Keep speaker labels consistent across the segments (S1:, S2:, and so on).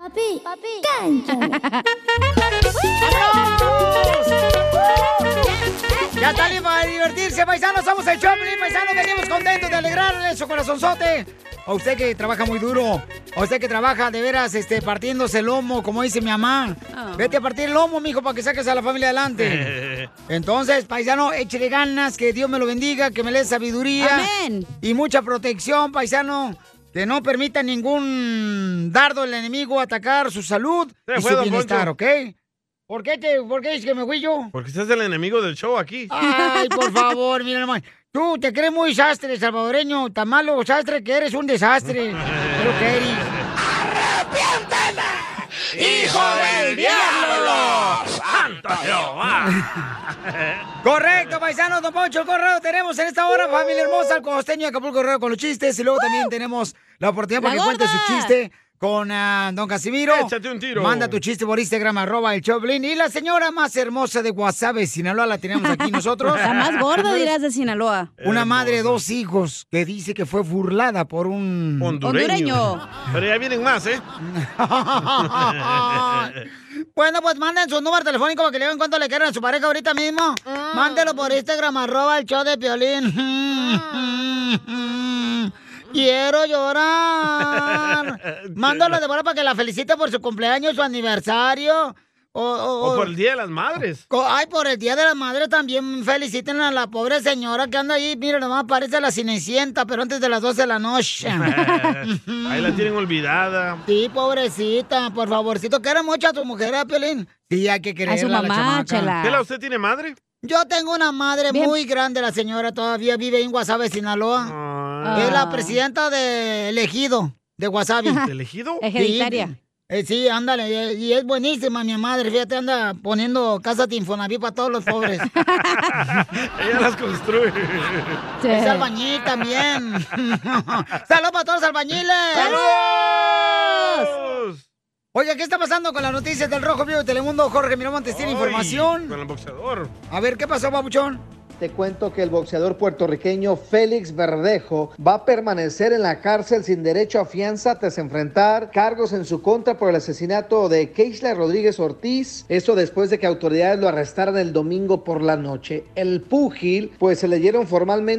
S1: Papi, papi, cancha.
S2: Ya está listo para divertirse, paisanos. Somos el Choplin, paisanos. Venimos contentos de alegrarle su corazonzote. A usted que trabaja muy duro. A usted que trabaja de veras este, partiéndose el lomo, como dice mi mamá.
S3: Oh.
S2: Vete a partir el lomo, mijo, para que saques a la familia adelante. Entonces, paisano, échele ganas, que Dios me lo bendiga, que me le dé sabiduría.
S3: Amén.
S2: Y mucha protección, paisano. Que no permita ningún dardo del enemigo atacar su salud
S4: Se
S2: y
S4: fue,
S2: su
S4: don
S2: bienestar, ¿ok?
S4: Poncho.
S2: ¿Por qué, te, ¿Por qué es que me fui yo?
S4: Porque usted es el enemigo del show aquí.
S3: Ah.
S2: Ay, por favor, mira nomás. Tú te crees muy sastre, salvadoreño, tan malo sastre que eres un desastre. Creo que eres.
S3: ¡Hijo del diablo! ¡Santo
S2: Correcto, paisanos, don Poncho, el correo tenemos en esta hora, familia hermosa, el costeño de Acapulco Correo con los chistes. Y luego también tenemos la oportunidad para
S3: La
S2: que cuente su
S3: gorda.
S2: chiste con ah, don Casimiro.
S4: Échate un tiro.
S2: Manda tu chiste por Instagram, arroba el Choplin. Y la señora más hermosa de Guasave, Sinaloa, la tenemos aquí nosotros.
S3: La más gorda dirás de Sinaloa.
S2: Una madre de dos hijos que dice que fue burlada por un
S3: Hondureño.
S4: Pero ya vienen más, ¿eh?
S2: Bueno, pues manden su número telefónico para que le digan cuánto le quieren a su pareja ahorita mismo.
S4: Ah.
S2: Mándelo por Instagram, arroba el show de Piolín.
S4: Ah.
S2: Quiero llorar. Mándalo de bola para que la felicite por su cumpleaños, su aniversario. O, o-
S4: o por el Día de las Madres.
S2: Co- Ay, por el Día de la Madre también feliciten a la pobre señora que anda ahí. Mira, nomás parece la cinecienta, pero antes de las 12 de la noche.
S4: Ahí la tienen olvidada.
S2: Sí, pobrecita, por favorcito, que era mucho a tu mujer, ¿eh, Piolín. Sí, hay que quererla,
S3: su
S2: la
S3: mamá,
S2: chamaca.
S3: chela.
S4: ¿Qué la usted tiene madre?
S2: Yo tengo una madre
S3: Bien.
S2: muy grande, la señora todavía vive en Guasave, Sinaloa.
S4: Ah,
S2: Es la
S3: Ah.
S2: presidenta de elegido de Guasave.
S4: ¿de elegido?
S3: Hereditaria.
S2: Eh, sí, ándale, eh, y es buenísima mi madre, fíjate, anda poniendo casa de Infonavit para todos los pobres.
S4: Ella las construye.
S3: Sí.
S2: es albañil también. ¡Saludos para todos los albañiles!
S4: ¡Saludos!
S2: Oiga, ¿qué está pasando con las noticias del Rojo Vivo de Telemundo? Jorge Miramontes tiene
S4: Ay, Con
S2: información.
S4: el boxeador.
S2: A ver, ¿qué pasó, Papuchón?
S5: Te cuento que el boxeador puertorriqueño Félix Verdejo va a permanecer en la cárcel sin derecho a fianza tras enfrentar cargos en su contra por el asesinato de Keisla Rodríguez Ortiz. Esto después de que autoridades lo arrestaran el domingo por la noche. El púgil, pues se le dieron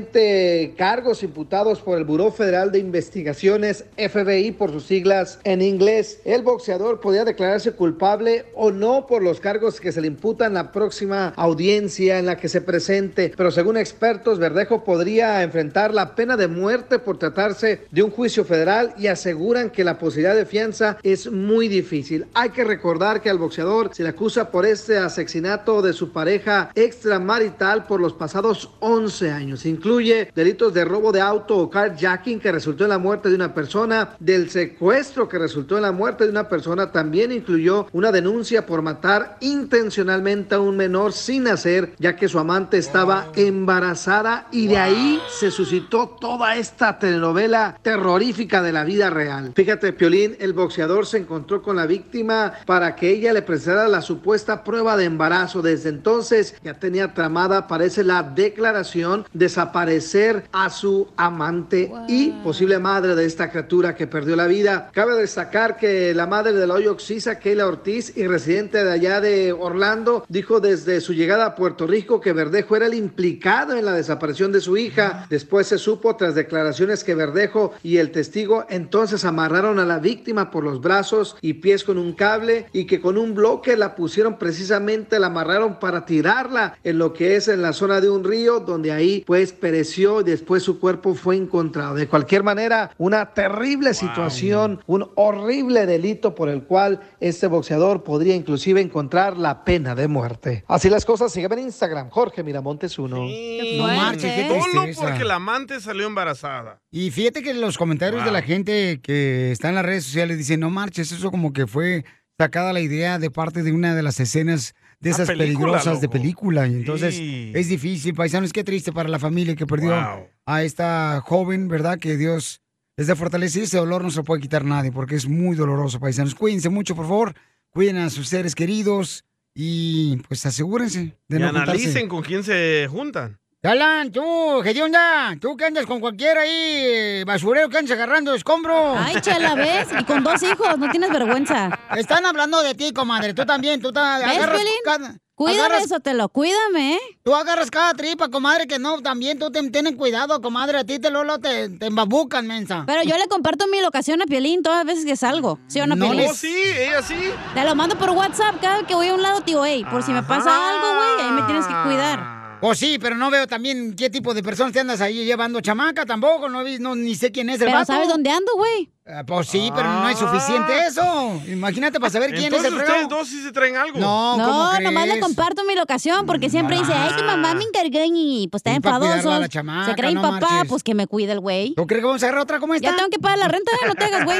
S5: formalmente cargos imputados por el Buró Federal de Investigaciones, FBI por sus siglas en inglés. El boxeador podía declararse culpable o no por los cargos que se le imputan en la próxima audiencia en la que se presente, pero según expertos, Verdejo podría enfrentar la pena de muerte por tratarse de un juicio federal y aseguran que la posibilidad de fianza es muy difícil. Hay que recordar que al boxeador se le acusa por este asesinato de su pareja extramarital por los pasados 11 años. Incluye delitos de robo de auto o carjacking que resultó en la muerte de una persona, del secuestro que resultó en la muerte de una persona, también incluyó una denuncia por matar intencionalmente a un menor sin nacer, ya que su amante estaba embarazada y de ahí se suscitó toda esta telenovela terrorífica de la vida real. Fíjate, Piolín, el boxeador se encontró con la víctima para que ella le presentara la supuesta prueba de embarazo. Desde entonces ya tenía tramada, parece, la declaración desaparecer a su amante y posible madre de esta criatura que perdió la vida. Cabe destacar que la madre del hoyo Oxisa, Keila Ortiz, y residente de allá de Orlando, dijo desde su llegada a Puerto Rico que Verdejo era el implicado en la desaparición de su hija. Después se supo tras declaraciones que Verdejo y el testigo entonces amarraron a la víctima por los brazos y pies con un cable y que con un bloque la pusieron precisamente, la amarraron para tirarla en lo que es en la zona de un río donde ahí pues pereció y después su cuerpo fue encontrado. De cualquier manera, una terrible situación, un horrible delito por el cual este boxeador podría inclusive encontrar la pena de muerte. Así las cosas, sígueme en Instagram, Jorge Miramontes 1.
S2: No marches, qué
S4: Solo
S2: tristeza.
S4: porque la amante salió embarazada.
S2: Y fíjate que los comentarios de la
S4: Wow.
S2: gente que está en las redes sociales dicen, no marches, eso como que fue sacada la idea de parte de una de las escenas de
S4: Ah,
S2: esas
S4: película,
S2: peligrosas de
S4: loco.
S2: película. Y entonces
S4: Sí.
S2: es difícil, paisanos, qué triste para la familia que perdió
S4: Wow.
S2: a esta joven, ¿verdad? Que Dios les dé fortaleza y ese dolor no se lo puede quitar nadie porque es muy doloroso, paisanos. Cuídense mucho, por favor, cuiden a sus seres queridos y pues asegúrense de
S4: Y
S2: no juntarse.
S4: analicen con quién se juntan.
S2: Talán, tú, ¿qué onda? Tú que andas con cualquiera ahí, basurero que andas agarrando escombros.
S3: Ay, chela, ¿ves? Y con dos hijos, no tienes vergüenza.
S2: Están hablando de ti, comadre. Tú también, tú ta-
S3: ¿Ves,
S2: agarras
S3: Piolín?
S2: cada-
S3: Cuídame,
S2: agarras-
S3: eso te lo cuídame, ¿eh?
S2: Tú agarras cada tripa, comadre, que no, también tú te, ten cuidado, comadre. A ti te lolo te, te embabucan, mensa.
S3: Pero yo le comparto mi locación a Pielín todas las veces que salgo. ¿Sí o no,
S2: No
S3: Piolín?
S4: Oh, sí, ella sí.
S3: Te lo mando por WhatsApp cada vez que voy a un lado, tío, hey, por si me pasa algo, güey, ahí me tienes que cuidar.
S2: O Ah. Pues sí, pero no veo también qué tipo de personas te andas ahí llevando chamaca tampoco, no, vi- no ni sé quién es el
S3: Pero
S2: vato.
S3: ¿sabes dónde Ah. ando, güey?
S2: Ah, pues sí, pero no es suficiente eso. Imagínate para saber quién
S4: Entonces
S2: es el
S4: ustedes
S2: fregado.
S4: dos sí se traen algo.
S2: No, ¿cómo
S3: No,
S2: crees?
S3: nomás le comparto mi locación porque siempre dice, ay, que mamá me encargó y pues está
S2: Y pa'
S3: enfadoso.
S2: cuidarla a la chamaca,
S3: Se cree
S2: no
S3: mi papá,
S2: marches.
S3: pues que me cuida el güey.
S2: ¿Tú crees que vamos a agarrar otra como esta?
S3: Ya tengo que pagar la renta, ¿eh? no te hagas, güey.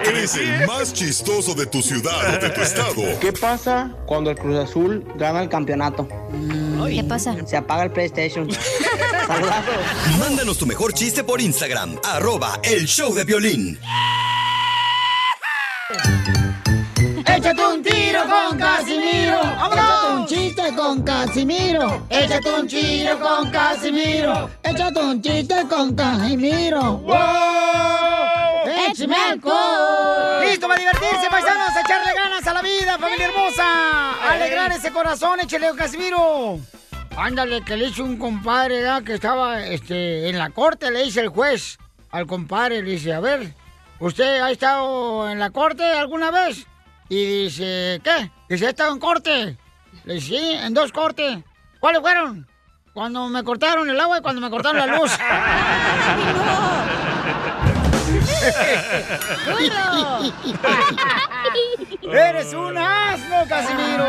S6: ¿Te crees el más chistoso de tu ciudad o de tu estado?
S7: ¿Qué pasa cuando el Cruz Azul gana el campeonato?
S1: ¿Qué pasa?
S7: Se apaga el PlayStation. Saludazos.
S8: Mándanos tu mejor chiste por Instagram, arroba el show de violín.
S2: Échate un tiro con Casimiro. Échate un chiste con Casimiro. Échate un tiro con Casimiro. Échate un chiste con Casimiro. ¡Wow!
S3: ¡Échame alcohol!
S2: ¡Listo para divertirse, paisanos! a ¡Echarle ganas a la vida, familia hermosa! A ¡Alegrar ese corazón, échale Casimiro! Ándale, que le hizo un compadre ¿verdad? que estaba este, en la corte, le dice el juez al compadre, le dice, a ver, ¿usted ha estado en la corte alguna vez? Y dice, ¿qué? Dice, ¿ha estado en corte? Le dice, sí, en dos cortes. ¿Cuáles fueron? Cuando me cortaron el agua y cuando me cortaron la luz.
S3: ¡Duro!
S2: ¡Eres un asno, Casimiro!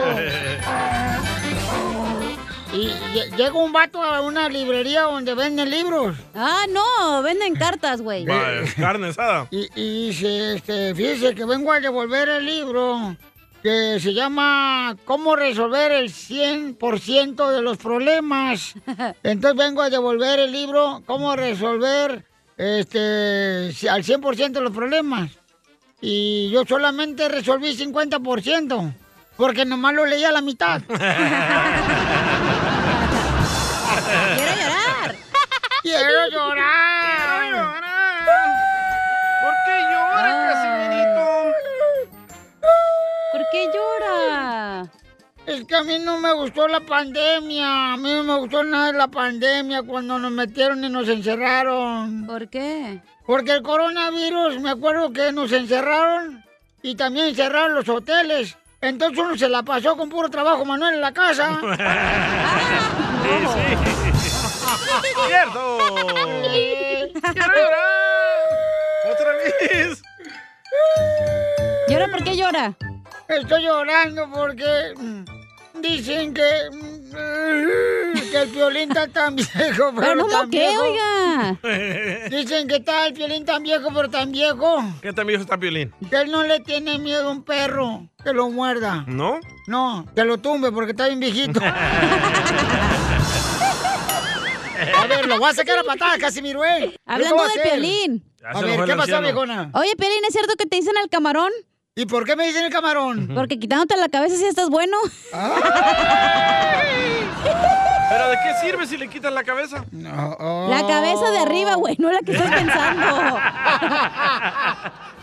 S2: Y lle- llega un vato a una librería donde venden libros
S3: Ah, no, venden cartas, güey.
S4: Vaya, carne asada.
S2: y, y dice, este, fíjese que vengo a devolver el libro que se llama ¿Cómo resolver el 100% de los problemas? Entonces vengo a devolver el libro ¿Cómo resolver este, si- al 100% de los problemas? Y yo solamente resolví 50%, porque nomás lo leí a la mitad.
S3: Quiero llorar.
S2: ¡Quiero llorar!
S4: ¿Por qué llora,
S3: Ah. ¿Por qué llora?
S2: Es que a mí no me gustó la pandemia. A mí no me gustó nada de la pandemia cuando nos metieron y nos encerraron.
S3: ¿Por qué?
S2: Porque el coronavirus, me acuerdo que nos encerraron y también cerraron los hoteles. Entonces uno se la pasó con puro trabajo, Manuel, en la casa.
S4: Casimiro? Sí, sí. Cierto. Quiero llorar. Otra vez.
S3: ¿Y ahora por qué llora?
S2: Estoy llorando porque mm, dicen que, mm, que el violín está tan viejo. Pero,
S3: Pero no
S2: tan
S3: moqué,
S2: viejo.
S3: oiga.
S2: Dicen que está el violín tan viejo, pero tan viejo.
S4: ¿Qué tan viejo está Piolín?
S2: Que él no le tiene miedo a un perro que lo muerda.
S4: ¿No?
S2: No, que lo tumbe porque está bien viejito. A ver, lo voy a sacar a patadas, Casimiro, eh.
S3: Hablando
S2: de
S3: del Piolín.
S4: Ya
S2: A
S4: se lo
S2: ver,
S4: fue
S2: ¿qué
S4: el
S2: pasó,
S4: anciano.
S2: viejona?
S3: Oye, Piolín, ¿es cierto que te dicen al camarón?
S2: ¿Y por qué me dicen el camarón?
S3: Porque quitándote la cabeza sí estás bueno.
S4: ¿Pero de qué sirve si le quitas la cabeza?
S2: No, oh.
S3: La cabeza de arriba, güey, no la que estás pensando.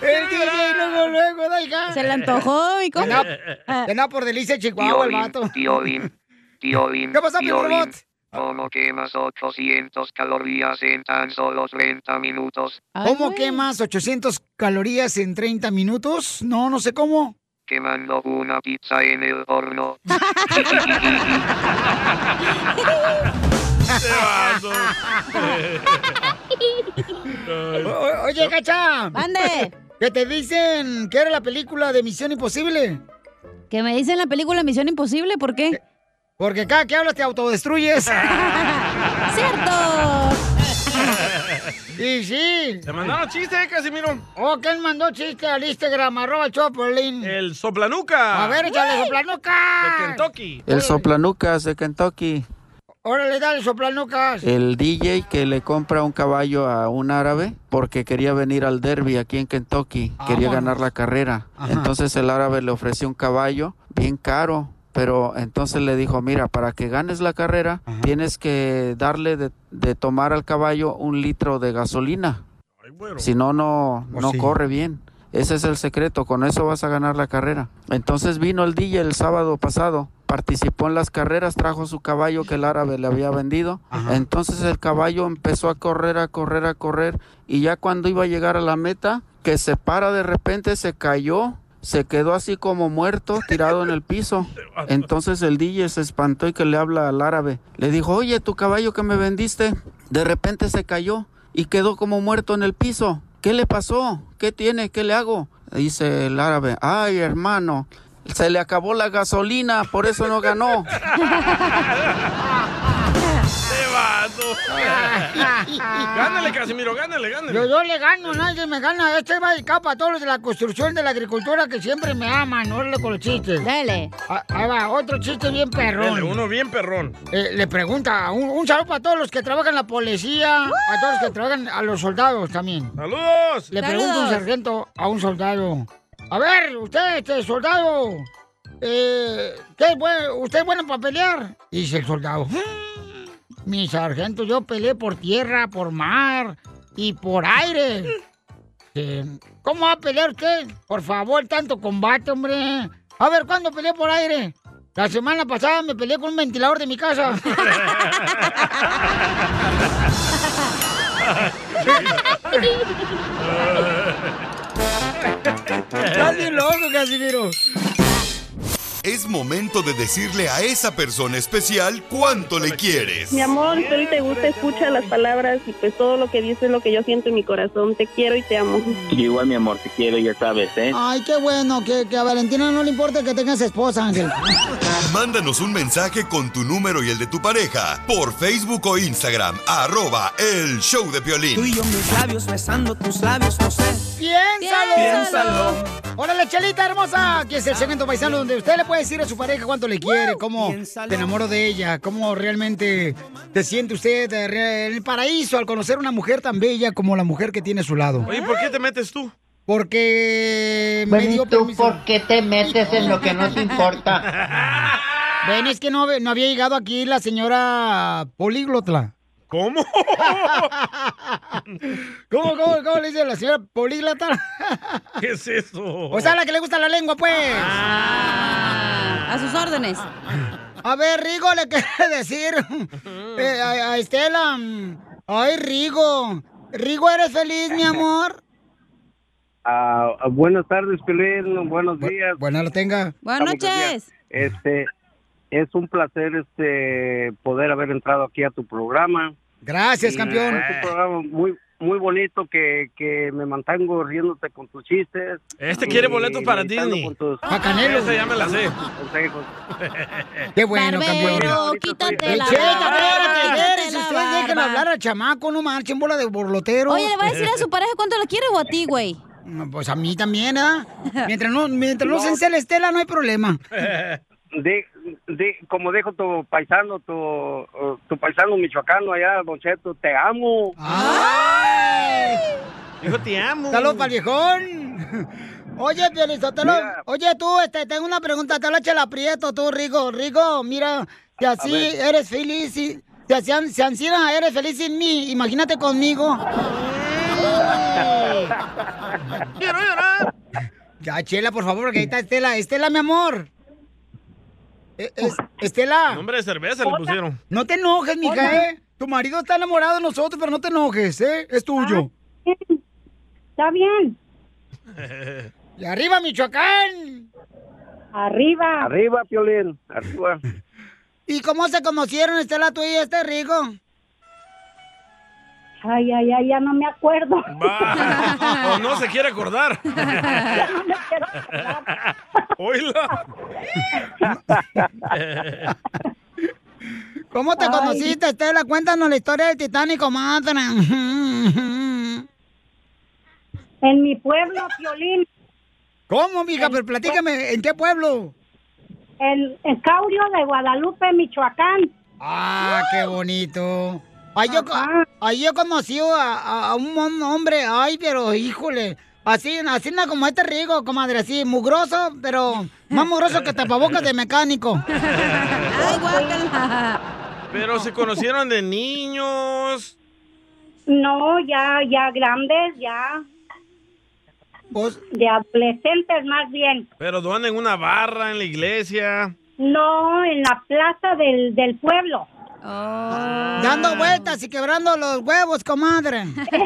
S2: El DJ luego, luego, da hija.
S3: Se le antojó y cómo.
S2: Que anda por delicia Chihuahua el vato.
S9: tío Bim, tío Bim,
S2: ¿Qué pasó,
S9: tío Bim?
S2: Piolín?
S9: ¿Cómo quemas 800 calorías en tan solo 30 minutos?
S3: Ay,
S2: ¿Cómo
S3: güey.
S2: quemas 800 calorías en 30 minutos? No, no sé cómo.
S9: Quemando una pizza en el horno.
S4: Este vato.
S2: O- o- oye, cacha.
S3: Ande,
S2: Que te dicen que era la película de Misión Imposible.
S3: que me dicen la película Misión Imposible, ¿por qué?
S2: Porque cada que hablas te autodestruyes.
S3: ¡Cierto!
S2: y sí.
S4: Te mandaron chiste, eh, Casimiro.
S2: Oh, ¿quién mandó chiste al Instagram? Arroba Choplin.
S4: El soplanuca.
S2: A ver, échale
S4: De
S2: soplanucas.
S4: Kentucky.
S10: El soplanucas de Kentucky,
S2: Órale, dale soplanucas.
S10: el DJ que le compra un caballo a un árabe porque quería venir al derby aquí en Kentucky, quería
S2: Vámonos.
S10: ganar la carrera.
S2: Ajá.
S10: Entonces el árabe le ofreció un caballo bien caro, pero entonces le dijo, mira, para que ganes la carrera, tienes que darle de, de tomar al caballo un litro de gasolina. Si no, no, no corre bien. Ese es el secreto, con eso vas a ganar la carrera. Entonces vino el DJ el sábado pasado, participó en las carreras, trajo su caballo que el árabe le había vendido. Entonces el caballo empezó a correr, a correr, a correr. Y ya cuando iba a llegar a la meta, que se para de repente, se cayó, se quedó así como muerto, tirado en el piso. Entonces el DJ se espantó y que le habla al árabe. Le dijo, oye, tu caballo que me vendiste, de repente se cayó y quedó como muerto en el piso. ¿Qué le pasó? ¿Qué tiene? ¿Qué le hago? Dice el árabe, ay hermano, se le acabó la gasolina, por eso no ganó.
S4: ¡Te vato! gánale, Casimiro, gánale, gánale.
S2: Yo, yo le gano, nadie me gana. Este va a dedicar para todos los de la construcción de la agricultura que siempre me aman. Órale con los chistes. Dale. Ahí va, otro chiste bien perrón.
S4: Dale, uno bien perrón.
S2: Eh, le pregunta, un, un saludo para todos los que trabajan en la policía, a todos los que trabajan, a los soldados también.
S4: ¡Saludos!
S2: Le pregunta un
S4: ¡Saludos!
S2: sargento a un soldado. A ver, usted, este soldado, eh, ¿qué es bue- ¿usted es bueno para pelear? Dice el soldado. "Mm, Mi sargento, yo peleé por tierra, por mar y por aire. Eh, ¿Cómo va a pelear usted? Por favor, tanto combate, hombre. A ver, ¿cuándo peleé por aire? La semana pasada me peleé con un ventilador de mi casa. Estás bien loco, Casimiro.
S6: Es momento de decirle a esa persona especial cuánto le quieres.
S11: Mi amor, si te gusta, escucha las palabras y pues todo lo que dices es lo que yo siento en mi corazón. Te quiero y te amo.
S12: Igual, mi amor, te quiero, ya sabes, ¿eh?
S2: Ay, qué bueno, que, que a Valentina no le importa que tengas esposa, Ángel.
S6: Mándanos un mensaje con tu número y el de tu pareja por Facebook o Instagram, arroba el show de Piolín.
S13: Tú y yo mis labios besando tus labios, no sé.
S2: ¡Piénsalo!
S13: Piénsalo. Ah.
S2: Órale, Chelita hermosa, que es el segmento paisano donde usted le puede decir a su pareja cuánto le quiere, cómo te enamoro de ella, cómo realmente te siente usted eh, re- en el paraíso al conocer una mujer tan bella como la mujer que tiene a su lado.
S4: Oye, ¿por qué te metes tú?
S2: Porque me dio permiso. ¿Por qué te metes en lo que no te importa? Ven, es que no, no había llegado aquí la señora políglota.
S4: ¿Cómo?
S2: ¿Cómo, cómo, cómo le dice la señora políglota?
S4: ¿Qué es eso?
S2: O sea, la que le gusta la lengua, pues.
S3: Ah, A sus órdenes.
S2: A ver, Rigo, le quiere decir eh, a, a Estela. mm, Ay, Rigo. Rigo, ¿eres feliz, mi amor?
S14: Ah, ah, buenas tardes, Piolín. Buenos días.
S2: Buenas lo tenga.
S3: Buenas
S14: noches. Este, es un placer este poder haber entrado aquí a tu programa.
S2: Gracias,
S14: Y
S2: campeón.
S14: fue un programa muy muy bonito que, que me mantengo riéndote con tus chistes.
S4: Este
S14: Y
S4: quiere boletos para
S14: meditando
S4: Disney.
S14: con tus-
S2: Ah,
S4: Pa' Canelo. Esa ya me la sé.
S14: consejos.
S2: Qué bueno,
S14: Barbero,
S2: campeón.
S14: quítate la
S2: Che,
S14: barba,
S2: espérate, espérate, si
S3: quítate la
S2: ustedes dejan
S3: barba.
S2: hablar al chamaco, no marchen bola de borlotero.
S3: Oye, ¿le va a decir a su pareja cuánto le quiere o a ti, güey?
S2: Pues a mí también, ¿ah? Mientras no, mientras no se encele Estela, no hay problema.
S14: De, de, como dijo tu paisano, tu, tu paisano michoacano allá, Don Cheto, te amo.
S4: Dijo, te amo.
S2: Saludos para el viejón. Oye, Pielizotelo,
S4: Mira.
S2: oye tú, este, tengo una pregunta, te la echa el aprieto tú, Rigo, Rigo, mira, si así
S14: ver.
S2: eres feliz, si, si así, an- si ansina eres feliz sin mí, imagínate conmigo. Quiero llorar. Ya, Chela, por favor, porque ahí está Estela, Estela, mi amor. Eh, es- Estela,
S4: Nombre de cerveza le pusieron.
S2: no te enojes, mija,
S4: Hola.
S2: eh. Tu marido está enamorado de nosotros, pero no te enojes, eh, es tuyo.
S11: Ah, Está bien.
S2: Y arriba, Michoacán.
S11: Arriba.
S14: Arriba, Piolín, arriba.
S2: ¿Y cómo se conocieron, Estela, tú y este rico?
S11: Ay, ay, ay, ya no me acuerdo.
S4: O no se quiere acordar. Oíla.
S2: ¿Cómo te
S11: Ay.
S2: conociste, Estela? Cuéntanos la historia del Titanic, comadre.
S11: En mi pueblo, Piolín.
S2: ¿Cómo,
S9: Este,
S2: mija? Pero
S9: pues,
S2: platícame, ¿en qué pueblo?
S11: En, en Caurio de Guadalupe, Michoacán.
S2: Ah, qué bonito. Ahí yo, ahí yo conocí a, a- a un hom- hombre, ay, pero híjole, Así, así na como este rico, comadre, así, mugroso, pero más mugroso que tapabocas de mecánico.
S3: Ay, guácala.
S4: Pero se conocieron de niños.
S9: No, ya, ya grandes, ya.
S2: Pues,
S9: De adolescentes más bien.
S4: Pero dudan en una barra, en la iglesia.
S9: No, en la plaza del, del pueblo.
S2: Ah, Dando vueltas y quebrando los huevos, comadre.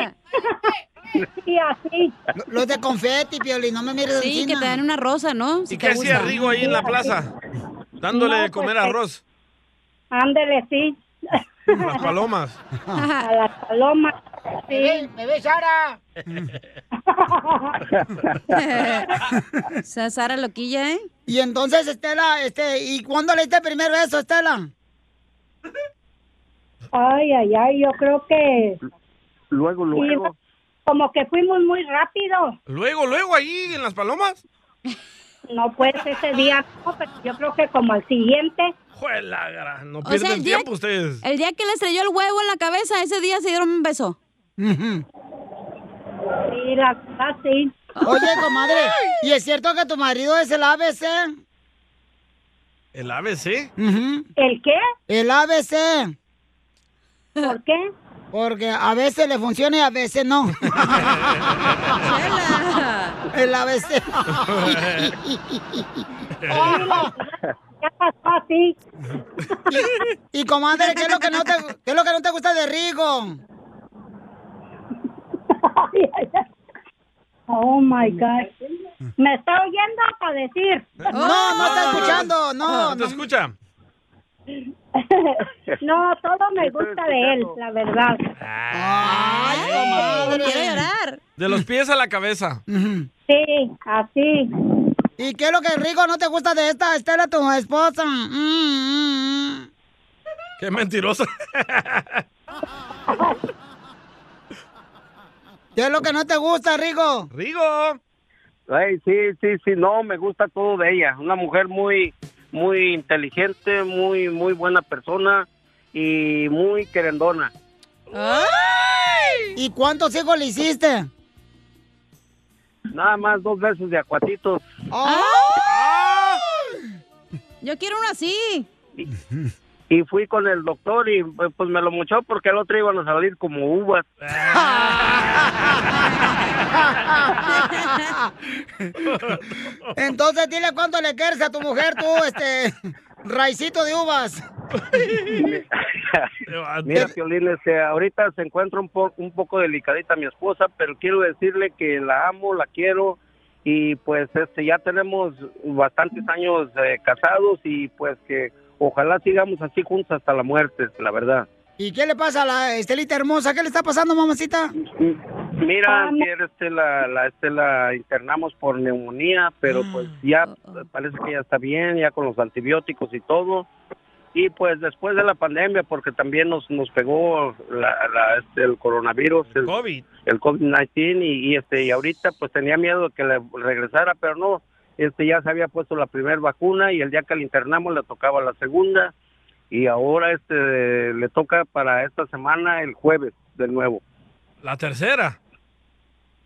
S9: Sí, así.
S2: Los de confeti, Piolín, no me mires
S3: Sí, que te dan una rosa, ¿no?
S4: ¿Y qué hacía Rigo ahí en la plaza? Dándole
S9: No,
S4: de comer
S9: pues,
S4: arroz.
S9: Ándele, sí.
S4: Las palomas.
S9: A las palomas. Sí.
S2: ¿Me ves, Sara?
S3: Sara loquilla, ¿eh?
S2: Y entonces, Estela, este, ¿y cuándo le diste el primer beso, Estela?
S9: Ay, ay, ay, yo creo que...
S14: Luego,
S9: iba- como que fuimos muy rápido.
S4: Luego, luego ahí en las palomas.
S9: No, pues ese día no, pero yo creo que como al siguiente.
S4: Juela, gra- no
S3: O sea,
S4: pierden
S3: el día-
S4: tiempo ustedes.
S3: El día que le estrelló el huevo en la cabeza, ese día se dieron un beso.
S9: Sí, la verdad, sí.
S2: Oye, comadre, ¿y es cierto que tu marido es el ABC?
S4: ¿El ABC?
S9: ¿El qué?
S2: ¿Mm? El ABC.
S9: ¿Por qué?
S2: Porque a veces le funciona y a veces no. el ABC.
S9: Ya pasó así.
S2: Y, y, comadre, ¿qué es, lo que no te, qué es lo que no te gusta de Rigo?
S9: Oh my God. Me está oyendo para decir.
S2: No, no
S9: Ah.
S2: está escuchando, no.
S4: ¿No te escucha?
S9: No, todo me gusta de él, la verdad.
S2: Ay, comadre.
S9: Quiero llorar.
S4: De los pies a la cabeza.
S9: Sí, así.
S2: ¿Y qué es lo que Rigo no te gusta de esta Estela, tu esposa? Mm, mm, mm.
S4: Qué mentirosa.
S2: ¿Qué es lo que no te gusta, Rigo?
S4: Rigo.
S14: Ay, sí, sí, sí, no, me gusta todo de ella. Una mujer muy, muy inteligente, muy, muy buena persona y muy querendona.
S2: ¿Y cuántos hijos le hiciste?
S14: Nada más dos veces de acuatitos.
S3: ¡Ah!
S2: ¡Ah!
S3: Yo quiero uno así.
S14: Y fui con el doctor y pues pues, me lo mochó porque el otro iban a salir como uvas.
S2: Entonces dile cuánto le quieres a tu mujer, tú, este, raicito de uvas.
S14: Mira, Piolín, este, ahorita se encuentra un, po- un poco delicadita mi esposa, pero quiero decirle que la amo, la quiero y pues este ya tenemos bastantes años eh, casados y pues que ojalá sigamos así juntos hasta la muerte, la verdad.
S2: ¿Y qué le pasa a la Estelita hermosa? ¿Qué le está pasando, mamacita?
S14: Mira, ayer, este, la, la- este, la internamos por neumonía, pero pues ya parece que ya está bien, ya con los antibióticos y todo. Y pues después de la pandemia, porque también nos, nos pegó la- la- este, el coronavirus, el,
S4: COVID.
S14: el COVID-19, y, y, este, y ahorita pues tenía miedo de que le regresara, pero no, este ya se había puesto la primera vacuna y el día que la internamos le tocaba la segunda, y ahora este le toca para esta semana el jueves de nuevo.
S4: La tercera.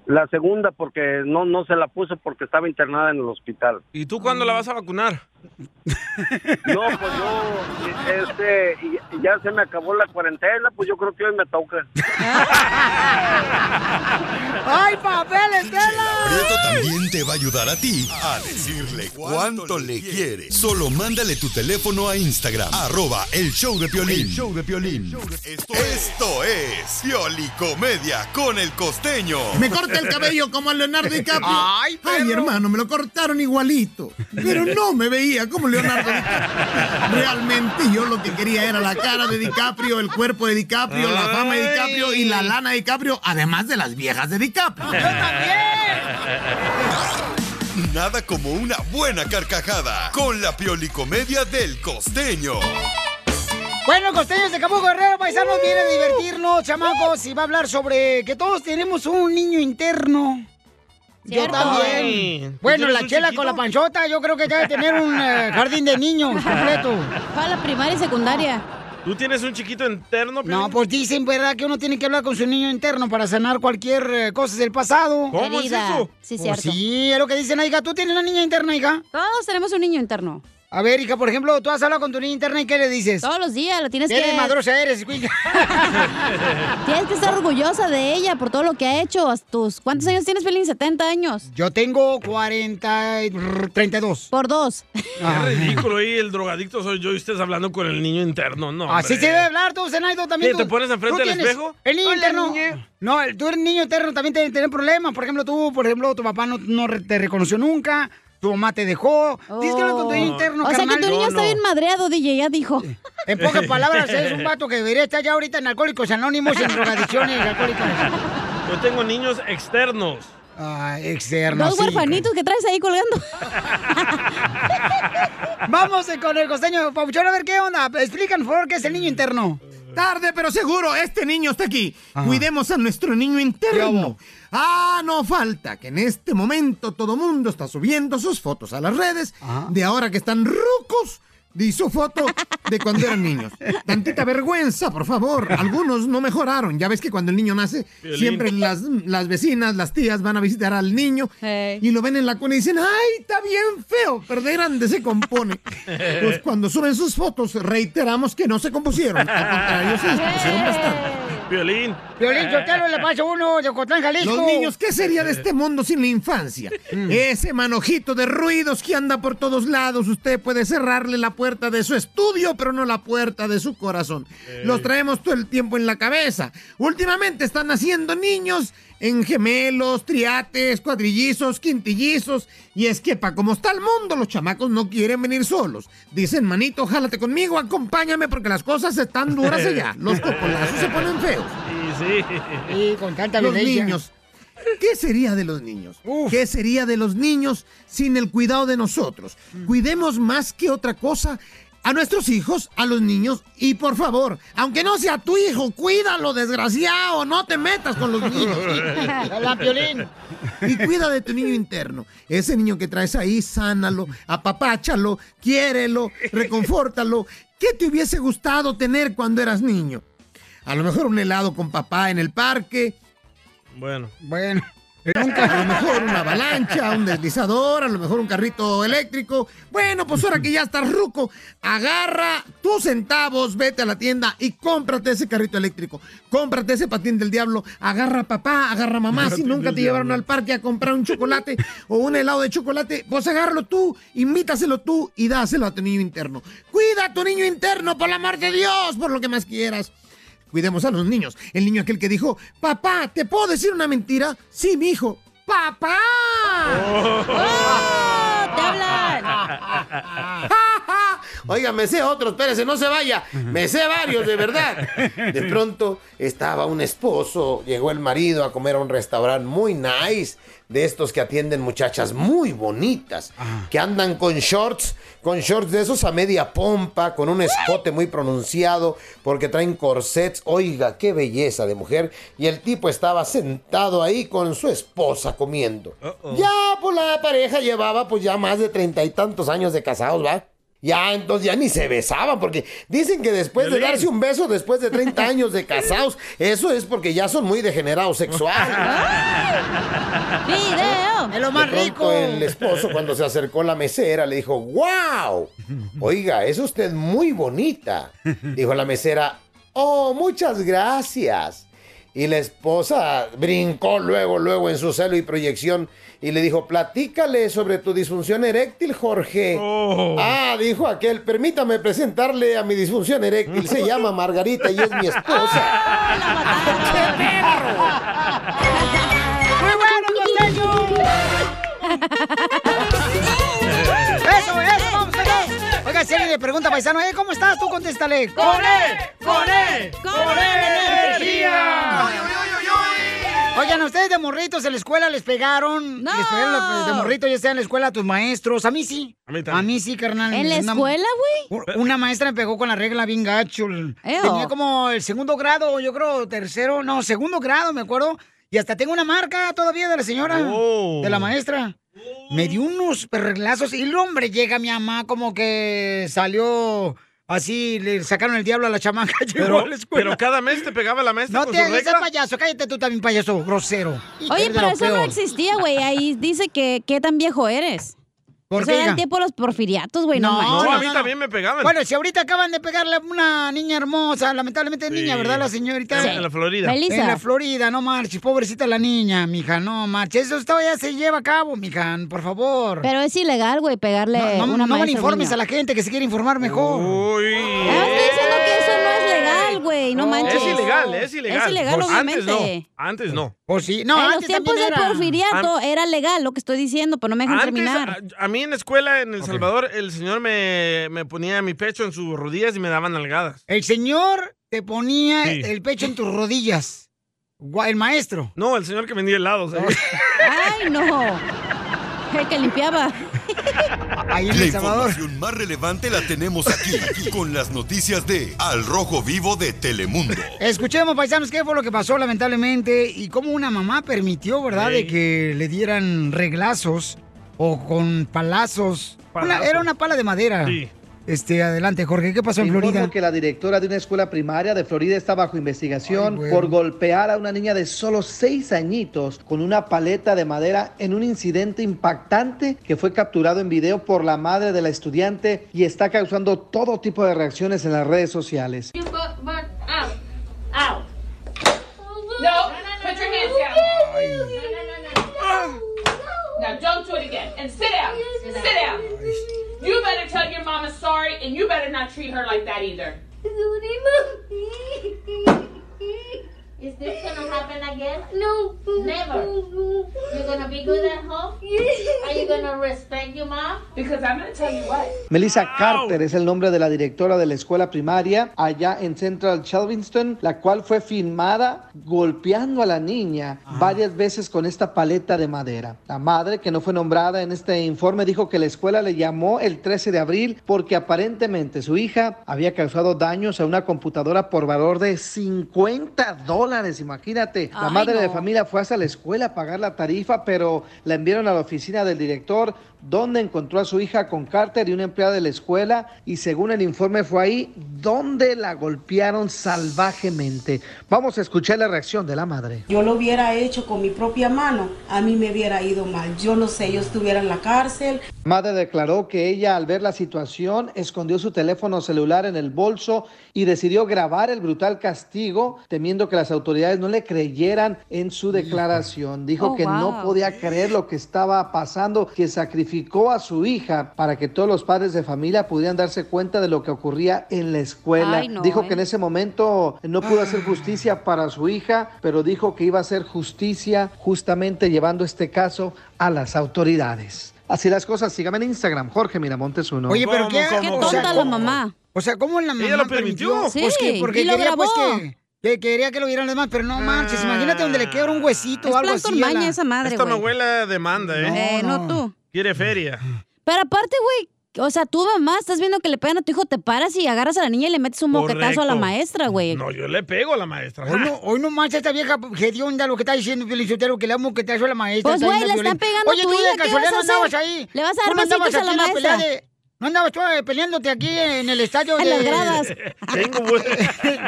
S14: La segunda porque no no se la puso porque estaba internada en el hospital.
S4: ¿Y tú cuándo la vas a vacunar?
S14: No, pues yo este y- y ya se me acabó la cuarentena, pues yo creo que hoy me toca.
S2: ¡Ay, papel, Estela!
S6: Prieto también te va a ayudar a ti a decirle cuánto le quiere. Solo mándale tu teléfono a Instagram, arroba el show de Piolín.
S15: El
S6: show de Piolín. Esto es Pioli Comedia con el costeño.
S16: Me corta el cabello como a Leonardo DiCaprio.
S6: Ay,
S16: Ay, hermano, me lo cortaron igualito. Pero no me veía como Leonardo DiCaprio. Realmente yo lo que quería era la cara de DiCaprio, el cuerpo de DiCaprio, la fama de DiCaprio y la lana de DiCaprio, además de las viejas de DiCaprio.
S6: Nada como una buena carcajada con la Pioli Comedia del costeño.
S2: Bueno, costeños de Cabo Guerrero, paisanos, vienen a divertirnos, chamacos, y va a hablar sobre que todos tenemos un niño interno. Yo
S4: Cierto.
S2: también.
S4: Ay, ¿tú
S2: bueno,
S4: tienes
S2: la
S4: un
S2: chela
S4: chiquito?
S2: con la panchota, yo creo que debe tener un eh, jardín de niños completo.
S3: Para la primaria y secundaria.
S4: ¿Tú tienes un chiquito interno, Piolín?
S2: No, pues dicen, ¿verdad? Que uno tiene que hablar con su niño interno para sanar cualquier eh, cosa del pasado.
S4: ¿Cómo es Herida. eso? Sí,
S2: Pues
S4: cierto.
S2: sí, es lo que dicen, hija. ¿Tú tienes una niña interna, hija? Todos tenemos un niño interno. A ver, hija, por ejemplo, tú has hablado con tu niña interna y ¿qué le dices?
S3: Todos los días, la tienes
S2: ¿Qué
S3: que-
S2: desmadrosa eres, güey?
S3: Tienes que estar orgullosa de ella por todo lo que ha hecho. Hasta Tus, ¿Cuántos años tienes, Pelín? ¿70 años?
S2: Yo tengo 40 y 32.
S3: Por dos.
S4: Qué ridículo, y el drogadicto soy yo y estás hablando con el niño interno, no.
S2: Así
S4: hombre.
S2: se debe hablar tú, Zenaido, también.
S4: ¿Qué,
S2: tú-
S4: te pones enfrente
S2: tú
S4: del
S2: tienes-
S4: espejo?
S2: El niño
S4: Hola,
S2: interno.
S4: niña.
S2: No, el- tú, el niño interno, también te tener problemas. Por ejemplo, tú, por ejemplo, tu papá no, no re- te reconoció nunca. Tu mamá te dejó. Tienes que hablar con tu niño interno,
S3: Oh. O sea que
S2: carnal.
S3: tu niño está bien madreado, DJ, ya dijo.
S2: En pocas palabras, es un vato que debería estar ya ahorita en Alcohólicos Anónimos, Pues en drogadicciones alcohólicas.
S4: Yo tengo niños externos.
S2: Ah, externos.
S3: Dos huerfanitos que traes ahí colgando.
S2: Vamos eh, con el costeño. Pabuchón, a ver qué onda. Explícanos, por favor, qué es el niño interno.
S16: Tarde, pero seguro, este niño está aquí. Cuidemos a nuestro niño interno. Ah, no falta que en este momento todo mundo está subiendo sus fotos a las redes de ahora que están rucos. Y su foto de cuando eran niños. Tantita vergüenza, por favor. Algunos no mejoraron. Ya ves que cuando el niño nace,
S15: Violín.
S16: siempre las, las vecinas, las tías van a visitar al niño y lo ven en la cuna y dicen, ¡ay, está bien feo! Pero de grande se compone. Pues cuando suben sus fotos, reiteramos que no se compusieron. Al contrario, se dispusieron bastante.
S4: Violín.
S2: Violín, yo te le paso uno de Ocotlán, Jalisco.
S16: Los niños, ¿qué sería de este mundo sin la infancia? Ese manojito de ruidos que anda por todos lados. Usted puede cerrarle la puerta de su estudio, pero no la puerta de su corazón. Los traemos todo el tiempo en la cabeza. Últimamente están haciendo niños en gemelos, triates, cuadrillizos, quintillizos. Y es que, pa' como está el mundo, los chamacos no quieren venir solos. Dicen, manito, jálate conmigo, acompáñame, porque las cosas están duras allá. Los cocolazos se ponen feos.
S4: Sí,
S2: sí. Y con tanta
S16: Los
S2: violencia.
S16: niños. ¿Qué sería de los niños? ¿Qué sería de los niños sin el cuidado de nosotros? Cuidemos más que otra cosa a nuestros hijos, a los niños y por favor, aunque no sea tu hijo, cuídalo, desgraciado, no te metas con los niños.
S2: La Piolín.
S16: Y cuida de tu niño interno. Ese niño que traes ahí, sánalo, apapáchalo, quiérelo, reconfórtalo. ¿Qué te hubiese gustado tener cuando eras niño? A lo mejor un helado con papá en el parque,
S4: Bueno.
S2: Bueno.
S16: Nunca, a lo mejor una avalancha, un deslizador, a lo mejor un carrito eléctrico. Bueno, pues ahora que ya estás ruco, agarra tus centavos, vete a la tienda y cómprate ese carrito eléctrico. Cómprate ese patín del diablo, agarra a papá, agarra a mamá. Si
S15: Patín
S16: nunca
S15: del
S16: te llevaron
S15: diablo.
S16: al parque a comprar un chocolate o un helado de chocolate, pues agárralo tú, invítaselo tú y dáselo a tu niño interno. Cuida a tu niño interno, por la amor de Dios, por lo que más quieras. Cuidemos a los niños. El niño aquel que dijo, papá, ¿te puedo decir una mentira? Sí, mi hijo. ¡Papá!
S15: ¡Oh!
S2: ¡Ah!
S16: ¡Te hablan! Oiga, me sé otros, espérese, no se vaya. Me sé varios, de verdad. De pronto estaba un esposo, llegó el marido a comer a un restaurante muy nice, de estos que atienden muchachas muy bonitas, que andan con shorts, con shorts de esos a media pompa, con un escote muy pronunciado, porque traen corsets. Oiga, qué belleza de mujer. Y el tipo estaba sentado ahí con su esposa comiendo. Ya, pues la pareja llevaba pues ya más de treinta y tantos años de casados, ¿va? Ya, entonces ya ni se besaban, porque dicen que después de darse un beso, después de 30 años de casados, eso es porque ya son muy degenerados sexuales.
S3: ¡Video!
S2: Es lo
S16: De pronto, El esposo cuando se acercó a la mesera le dijo, wow, oiga, es usted muy bonita. Dijo la mesera, oh, muchas gracias. Y la esposa brincó luego, luego en su celo y proyección y le dijo, platícale sobre tu disfunción eréctil, Jorge. Ah, dijo aquel, permítame presentarle a mi disfunción eréctil. Se llama Margarita y es mi esposa.
S2: ¡Muy bueno, costeño! ¡Eso, eso! ¡Vamos, allá! Oiga, si alguien le pregunta, paisano, ¿eh, ¿cómo estás? Tú contéstale. ¡Con él! ¡Con E. él! ¡Con él energía! Oigan, ¿a ustedes de morritos en la escuela les pegaron. Les pegaron la- de morrito, ya sea en la escuela, a tus maestros. A mí sí. A mí, sí, carnal.
S3: ¿En la
S2: Una-
S3: escuela, güey?
S2: Una maestra me pegó con la regla bien gacho. Tenía como el segundo grado, yo creo, tercero, no, segundo grado, me acuerdo. Y hasta tengo una marca todavía de la señora, de la maestra. Me dio unos perreglazos y el hombre llega mi mamá como que salió Así le sacaron el diablo a la chamanca. llegó
S4: Pero,
S2: a la escuela.
S4: pero cada mes te pegaba la maestra
S2: No
S4: con
S2: te
S4: su
S2: hagas ese
S4: regla.
S2: payaso, cállate tú también, payaso, grosero.
S3: Oye,
S2: Eres de
S3: pero
S2: lo
S3: eso no
S2: peor.
S3: existía, güey. Ahí dice que qué tan viejo eres.
S2: ¿Por
S3: eso
S2: qué,
S3: era el
S2: hija?
S3: tiempo de los porfiriatos, güey. Pues No,
S2: No,
S3: manches.
S4: No, a mí también me pegaban.
S2: Bueno, si ahorita acaban de pegarle a una niña hermosa, lamentablemente es niña,
S4: Sí.
S2: ¿verdad, la señorita?
S4: En- en la Florida. Melissa.
S2: En la Florida, no marches, pobrecita la niña, mija, no marches. Eso todavía se lleva a cabo, mija, por favor.
S3: Pero es ilegal, güey, pegarle
S2: no,
S3: una
S2: no
S3: maestra
S2: mal informes
S3: niño.
S2: a la gente que se quiere informar mejor. Uy.
S3: Estoy diciendo que eso no es legal, güey. No manches.
S4: Es ilegal, es ilegal.
S3: Es ilegal,
S4: Pues
S3: obviamente.
S4: Antes no. Antes no.
S2: Pues sí,
S3: en los tiempos del porfiriato era legal lo que estoy diciendo, pero no me dejan
S4: Antes,
S3: terminar.
S4: a, a mí en la escuela en El Salvador, el señor me, me ponía mi pecho en sus rodillas y me daban nalgadas.
S2: El señor te ponía
S4: Sí.
S2: el pecho en tus rodillas. Gua- El maestro.
S4: No, el señor que vendía helados. ¿eh?
S3: Ay, no. El que limpiaba.
S2: Ahí
S6: La información más relevante la tenemos aquí, aquí, con las noticias de Al Rojo Vivo de Telemundo.
S2: Escuchemos, paisanos, qué fue lo que pasó lamentablemente y cómo una mamá permitió, ¿verdad?, de que le dieran reglazos o con palazos. Una-
S5: Palazos.
S2: era una pala de madera. Este, adelante, Jorge, ¿qué pasó en
S5: Informo
S2: Florida?
S5: que la directora de una escuela primaria de Florida está bajo investigación
S2: Ay, güey.
S5: por golpear a una niña de solo seis añitos con una paleta de madera en un incidente impactante que fue capturado en video por la madre de la estudiante y está causando todo tipo de reacciones en las redes sociales.
S17: You butt butt out. Out. No, put your hands down. No, no, no, no. Now don't do it again. And sit down. Sit down. You better tell your mama sorry and you better not treat her like that either.
S15: Is this gonna happen again? No. Never. You're gonna be good at home? Are you gonna respect your mom?
S17: Because I'm gonna tell you what.
S5: Melissa Carter es el nombre de la directora de la escuela primaria allá en Central Chelvinston, la cual fue filmada golpeando a la niña
S18: Ah.
S5: varias veces con esta paleta de madera. La madre, que no fue nombrada en este informe, dijo que la escuela le llamó el 13 de abril porque aparentemente su hija había causado daños a una computadora por valor de 50 dólares, imagínate. La
S18: Ay,
S5: madre de
S18: no.
S5: familia fue hasta la escuela a pagar la tarifa, pero la enviaron a la oficina del director, donde encontró a su hija con Carter y una empleada de la escuela, y según el informe fue ahí donde la golpearon salvajemente. Vamos a escuchar la reacción de la madre.
S16: yo lo hubiera hecho con mi propia mano, a mí me hubiera ido mal. Yo no sé, yo estuviera en la cárcel.
S5: La Madre declaró que ella al ver la situación escondió su teléfono celular en el bolso y decidió grabar el brutal castigo temiendo que las autoridades no le creyeran en su declaración. Dijo
S18: Oh,
S5: que no
S18: wow.
S5: podía creer lo que estaba pasando, que sacrificó a su hija para que todos los padres de familia pudieran darse cuenta de lo que ocurría en la escuela.
S18: Ay, no,
S5: dijo
S18: eh.
S5: que en ese momento no pudo hacer justicia para su hija, pero dijo que iba a hacer justicia justamente llevando este caso a las autoridades. Así las cosas, sígame en Instagram, Jorge Miramontes uno.
S2: Oye, pero qué, o sea, ¿cómo- O sea, ¿cómo la mamá
S5: Ella lo permitió.
S2: Pues
S5: Sí,
S2: que porque
S5: y lo
S2: quería pues
S5: grabó.
S2: que, que quería que lo vieran los demás, pero no manches,
S5: Ah.
S2: imagínate donde le quebra un huesito o algo así. a la-
S4: Esta me abuela demanda, ¿eh?
S3: Eh, no, tú.
S4: Quiere feria.
S3: Pero aparte, güey, o sea, tú mamá, estás viendo que le pegan a tu hijo, te paras y agarras a la niña y le metes un moquetazo a la
S4: Correcto.
S3: maestra, güey.
S4: No, yo le pego a la maestra.
S2: Hoy
S3: Ah.
S2: no, hoy no manches esta vieja hedionda lo que está diciendo Felicitero, que le amo que te hace la maestra.
S3: Pues,
S2: está
S3: güey,
S2: bien
S3: le están
S2: violenta.
S3: pegando a
S2: Oye,
S3: tu
S2: tú
S3: hija,
S2: de
S3: ¿qué
S2: casualidad
S3: vas a
S2: no andabas
S3: hacer?
S2: ahí.
S3: Le vas a dar
S2: ¿Tú no andabas
S3: besitos a
S2: aquí
S3: la
S2: en pelea
S3: maestra.
S2: de- ¿No andabas tú eh, peleándote aquí en el estadio
S3: En
S2: de...
S3: las gradas.
S4: Tengo, güey.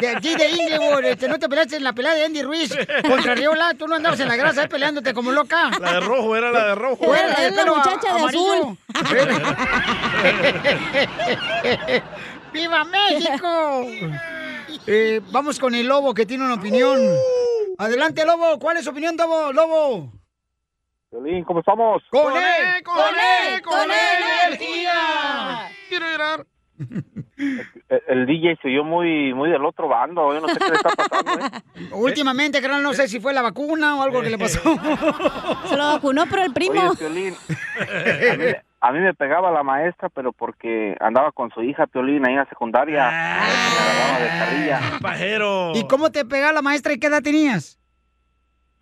S2: De aquí de Inglewood, este, no te peleaste en la pelea de Andy Ruiz contra Riola, tú no andabas en la grasa ahí peleándote como loca.
S4: La de rojo, era la de rojo.
S2: Tú eras de pelo a- amarillo. ¡Viva México! Eh, vamos con el lobo que tiene una opinión. Adelante, lobo. ¿Cuál es su opinión, lobo? lobo?
S19: Violín, ¿cómo estamos?
S2: Con él,
S4: con él,
S2: con él,
S4: energía. Quiero llorar.
S19: El, el DJ se oyó muy, muy del otro bando. Yo no sé qué le está pasando. ¿eh?
S2: Últimamente, carnal, no sé si fue la vacuna o algo que le pasó.
S3: Se lo vacunó, pero el primo.
S19: Oye, Piolín, a mí, a mí me pegaba la maestra, pero porque andaba con su hija Piolín ahí en la secundaria.
S4: Ah.
S19: Me agarraba de carrilla.
S4: Pajero.
S2: ¿Y cómo te pegaba la maestra y qué edad tenías?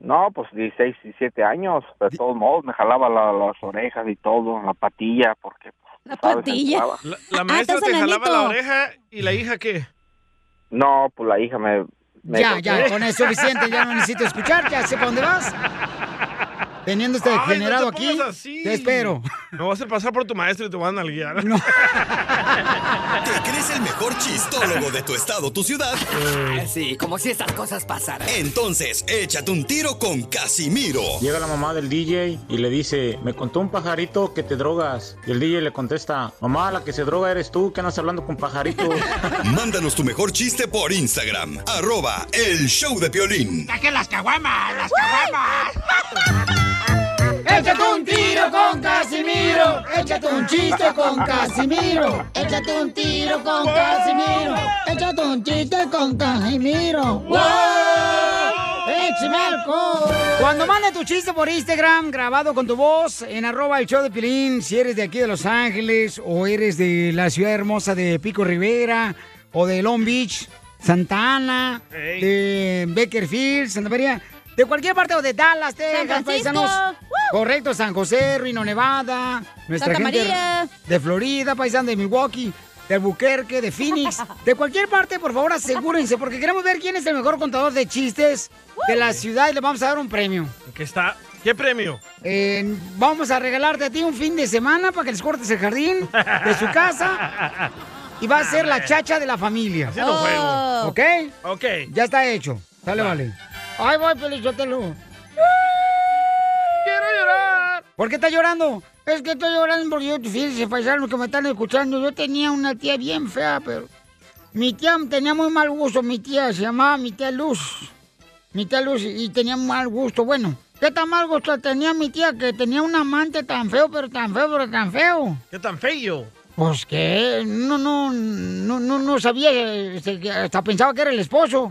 S19: No, pues 16, 17 años. De todos modos, me jalaba la- las orejas y todo, la patilla, porque... pues, La
S4: patilla.
S2: Ah,
S4: Ah, La, la maestra te jalaba la oreja y la hija qué.
S19: No, pues la hija me... me
S2: Ya, ya, con eso es suficiente, ya no necesito escuchar, ya sé para dónde vas. teniendo este
S4: Ay, no te
S2: degenerado aquí.
S4: pongas así.
S2: Te espero.
S4: Me vas a hacer pasar por tu maestro y te van a guiar.
S6: ¿Te crees el mejor chistólogo de tu estado, tu ciudad?
S15: Sí, como si estas cosas pasaran.
S6: Entonces, échate un tiro con Casimiro.
S20: Llega la mamá del DJ y le dice, me contó un pajarito que te drogas. Y el DJ le contesta, mamá, la que se droga eres tú, que andas hablando con pajarito.
S21: Mándanos tu mejor chiste por Instagram, arroba el show de Piolín.
S15: ¡Saquen las caguamas! ¡Las caguamas!
S2: Échate un tiro con Casimiro. Échate un chiste con Casimiro. Échate un tiro con Casimiro. Échate un chiste con Casimiro. ¡Wow! ¡Échame alcohol! Cuando mande tu chiste por Instagram, grabado con tu voz, en arroba el show de Pilín, si eres de aquí de Los Ángeles, o eres de la ciudad hermosa de Pico Rivera, o de Long Beach, Santa Ana,
S4: Ey.
S2: de Beckerfield, Santa María, de cualquier parte, o de Dallas, Texas,
S4: Francisco.
S2: paisanos. Correcto, San José, Rino, Nevada, nuestra
S3: Santa
S2: gente
S3: María.
S2: de Florida, paisano de Milwaukee, de Albuquerque, de Phoenix, de cualquier parte, por favor, asegúrense, porque queremos ver quién es el mejor contador de chistes de la ciudad y le vamos a dar un premio.
S4: ¿Qué está? ¿Qué premio?
S2: Eh, vamos a regalarte a ti un fin de semana para que les cortes el jardín de su casa y va a ser la chacha de la familia.
S4: Así no juego.
S2: ¿Ok?
S4: Ok.
S2: Ya está hecho. Dale, vale. Ahí voy, Pelichotelo.
S4: Quiero llorar.
S2: ¿Por qué estás llorando? Es que estoy llorando porque yo, fíjense, paisanos que me están escuchando, yo tenía una tía bien fea, pero... Mi tía tenía muy mal gusto, mi tía se llamaba mi tía Luz. Mi tía Luz y tenía mal gusto. Bueno, ¿qué tan mal gusto tenía mi tía? Que tenía un amante tan feo, pero tan feo, pero tan feo.
S4: ¿Qué tan feo?
S2: Pues que no, no, no, no, no sabía, este, que hasta pensaba que era el esposo.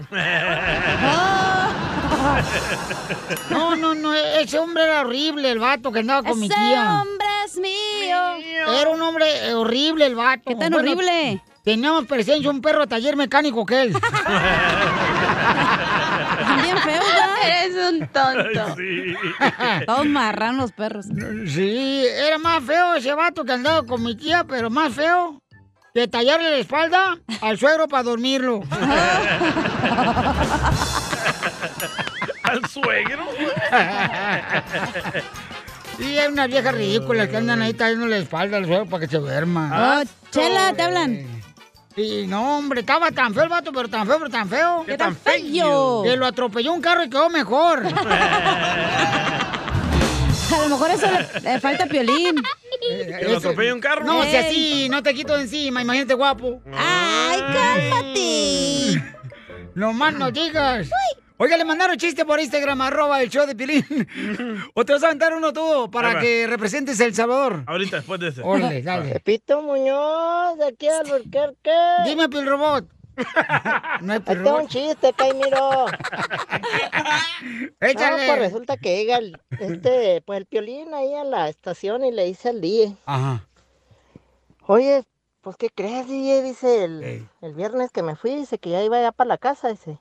S2: No, no, no, ese hombre era horrible, el vato que andaba con mi
S3: Ese
S2: tía.
S3: hombre es mío.
S2: Era un hombre eh, horrible el vato.
S3: ¿Qué tan horrible?
S2: Teníamos presencia un perro taller mecánico que él.
S3: Bien feo, ¿verdad? Eres un tonto. Todos marranos los perros.
S2: Sí, era más feo ese vato que andaba con mi tía, pero más feo que tallarle la espalda al suegro para dormirlo.
S4: ¿Al suegro?
S2: Y hay unas viejas ridículas que andan ahí tallando la espalda al suegro para que se duerma.
S3: Oh, chela, te hablan.
S2: Y no, hombre, estaba tan feo el vato, pero tan feo, pero tan feo.
S3: ¡Qué tan feo!
S2: Que lo atropelló un carro y quedó mejor.
S3: A lo mejor eso le, le falta piolín.
S4: ¿Que lo atropelle un carro?
S2: No, si así, no te quito de encima, imagínate guapo.
S3: ¡Ay, cálmate!
S2: No más no digas. Oiga, le mandaron chiste por Instagram, arroba el show de Pilín. o te vas a aventar uno todo
S4: Ahí
S2: para
S4: va.
S2: que representes El Salvador.
S4: Ahorita, después de ese.
S2: Órale, dale.
S22: Pepito Muñoz, de aquí a Burquerque.
S2: Dime, Pil Robot. no hay
S22: Ahí tengo
S2: Pilrobot.
S22: un chiste, Caimiro.
S2: Échale.
S22: No, pues resulta que llega el, este, pues el piolín ahí a la estación y le dice al DJ,
S2: Ajá.
S22: oye, pues ¿qué crees, DJ? Dice el, el viernes que me fui, dice que ya iba ya para la casa, dice.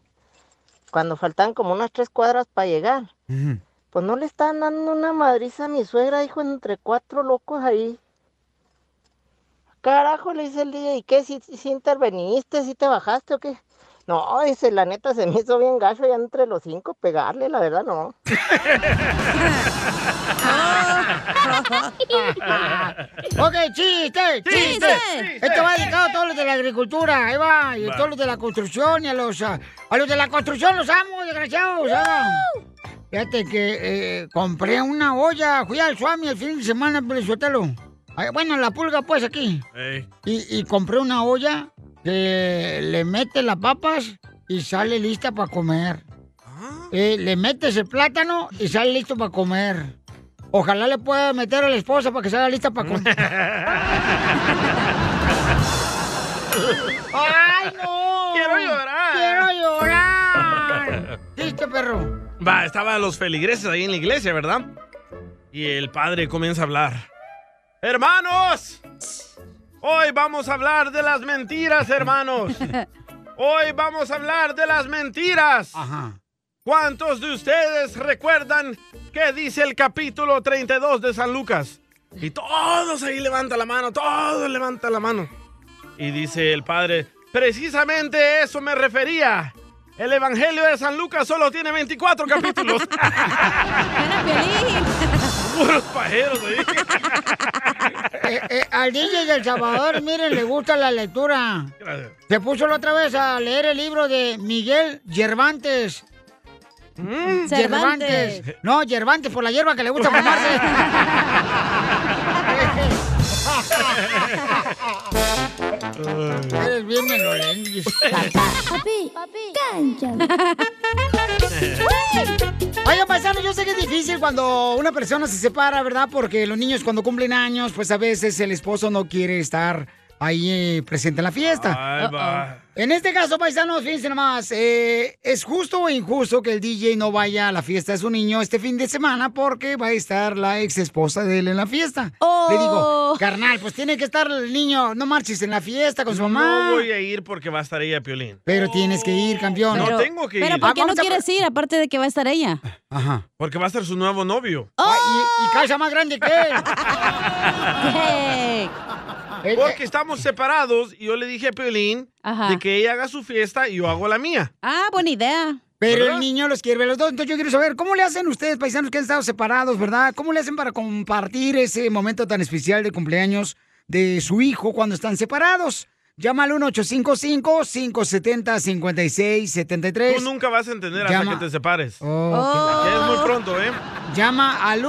S22: Cuando faltan como unas tres cuadras para llegar. Pues no le están dando una madriza a mi suegra, hijo, entre cuatro locos ahí. Carajo, le dice el DJ, ¿y qué? ¿Si, si interveniste? ¿Si te bajaste o qué? No, dice, la neta se me hizo bien gacho ya entre los cinco pegarle, la verdad no.
S2: Ah. Ok, chiste, chiste. Esto va dedicado a todos los de la agricultura, ahí va, y a
S22: Va.
S2: todos los de la construcción y a los, a, a los de la construcción los amo, desgraciados. ahí va. Fíjate que eh, compré una olla, fui al Suami el fin de semana, Pelizotelo. Ay, Bueno, la pulga pues aquí.
S4: Ey.
S2: Y, y compré una olla que le mete las papas y sale lista para comer. Eh, le metes el plátano y sale listo para comer. Ojalá le pueda meter a la esposa para que salga lista para comer. ¡Ay, no!
S4: Quiero llorar.
S2: ¡Quiero llorar! ¡Chiste, perro!
S4: Va, estaban los feligreses ahí en la iglesia, ¿verdad? Y el padre comienza a hablar. ¡Hermanos! Hoy vamos a hablar de las mentiras, hermanos. Hoy vamos a hablar de las mentiras. ¿Cuántos de ustedes recuerdan qué dice el capítulo 32 de San Lucas? Y todos ahí levantan la mano, todos levantan la mano. Y dice el padre, precisamente a eso me refería. El Evangelio de San Lucas solo tiene 24 capítulos.
S3: Piolín.
S4: Puros pajeros ahí.
S2: Eh, eh, al DJ del Salvador, miren, le gusta la lectura.
S4: Gracias.
S2: Se puso la otra vez a leer el libro de Miguel Yervantes.
S17: Cervantes.
S2: Yervantes. No, Yervantes, por la hierba que le gusta fumarse. Eres bien melolenguis.
S17: Papi, papi, cancha.
S2: Oigan, paisano, yo sé que es difícil cuando una persona se separa, ¿verdad? Porque los niños cuando cumplen años, pues a veces el esposo no quiere estar ahí eh, presente en la fiesta.
S4: Ay, va.
S2: En este caso, paisanos, fíjense nomás, eh, ¿es justo o injusto que el DJ no vaya a la fiesta de su niño este fin de semana porque va a estar la ex esposa de él en la fiesta? Le
S4: Oh.
S2: digo, carnal, pues tiene que estar el niño, no marches en la fiesta con su mamá.
S4: No voy a ir porque va a estar ella, Piolín.
S2: Pero tienes que ir, campeón.
S4: No tengo que
S3: Pero
S4: ir.
S3: ¿por qué
S4: Ah,
S3: no
S4: vamos a-
S3: quieres ir? Aparte de que va a estar ella.
S2: Ajá.
S4: Porque va a estar su nuevo novio.
S2: Y, y casa más grande que él. Eh,
S4: Porque estamos separados y yo le dije a Piolín
S3: Ajá.
S4: de que ella haga su fiesta y yo hago la mía.
S3: Ah, buena idea.
S2: Pero
S4: ¿Verdad?
S2: el niño los quiere ver los dos. Entonces yo quiero saber, ¿cómo le hacen ustedes, paisanos que han estado separados, verdad? ¿Cómo le hacen para compartir ese momento tan especial de cumpleaños de su hijo cuando están separados? Llama al 1-855-570-5673.
S4: Tú nunca vas a entender hasta
S2: Llama. Oh,
S4: que te separes.
S3: Oh.
S2: ok.
S4: Que Es muy pronto, ¿eh?
S2: Llama al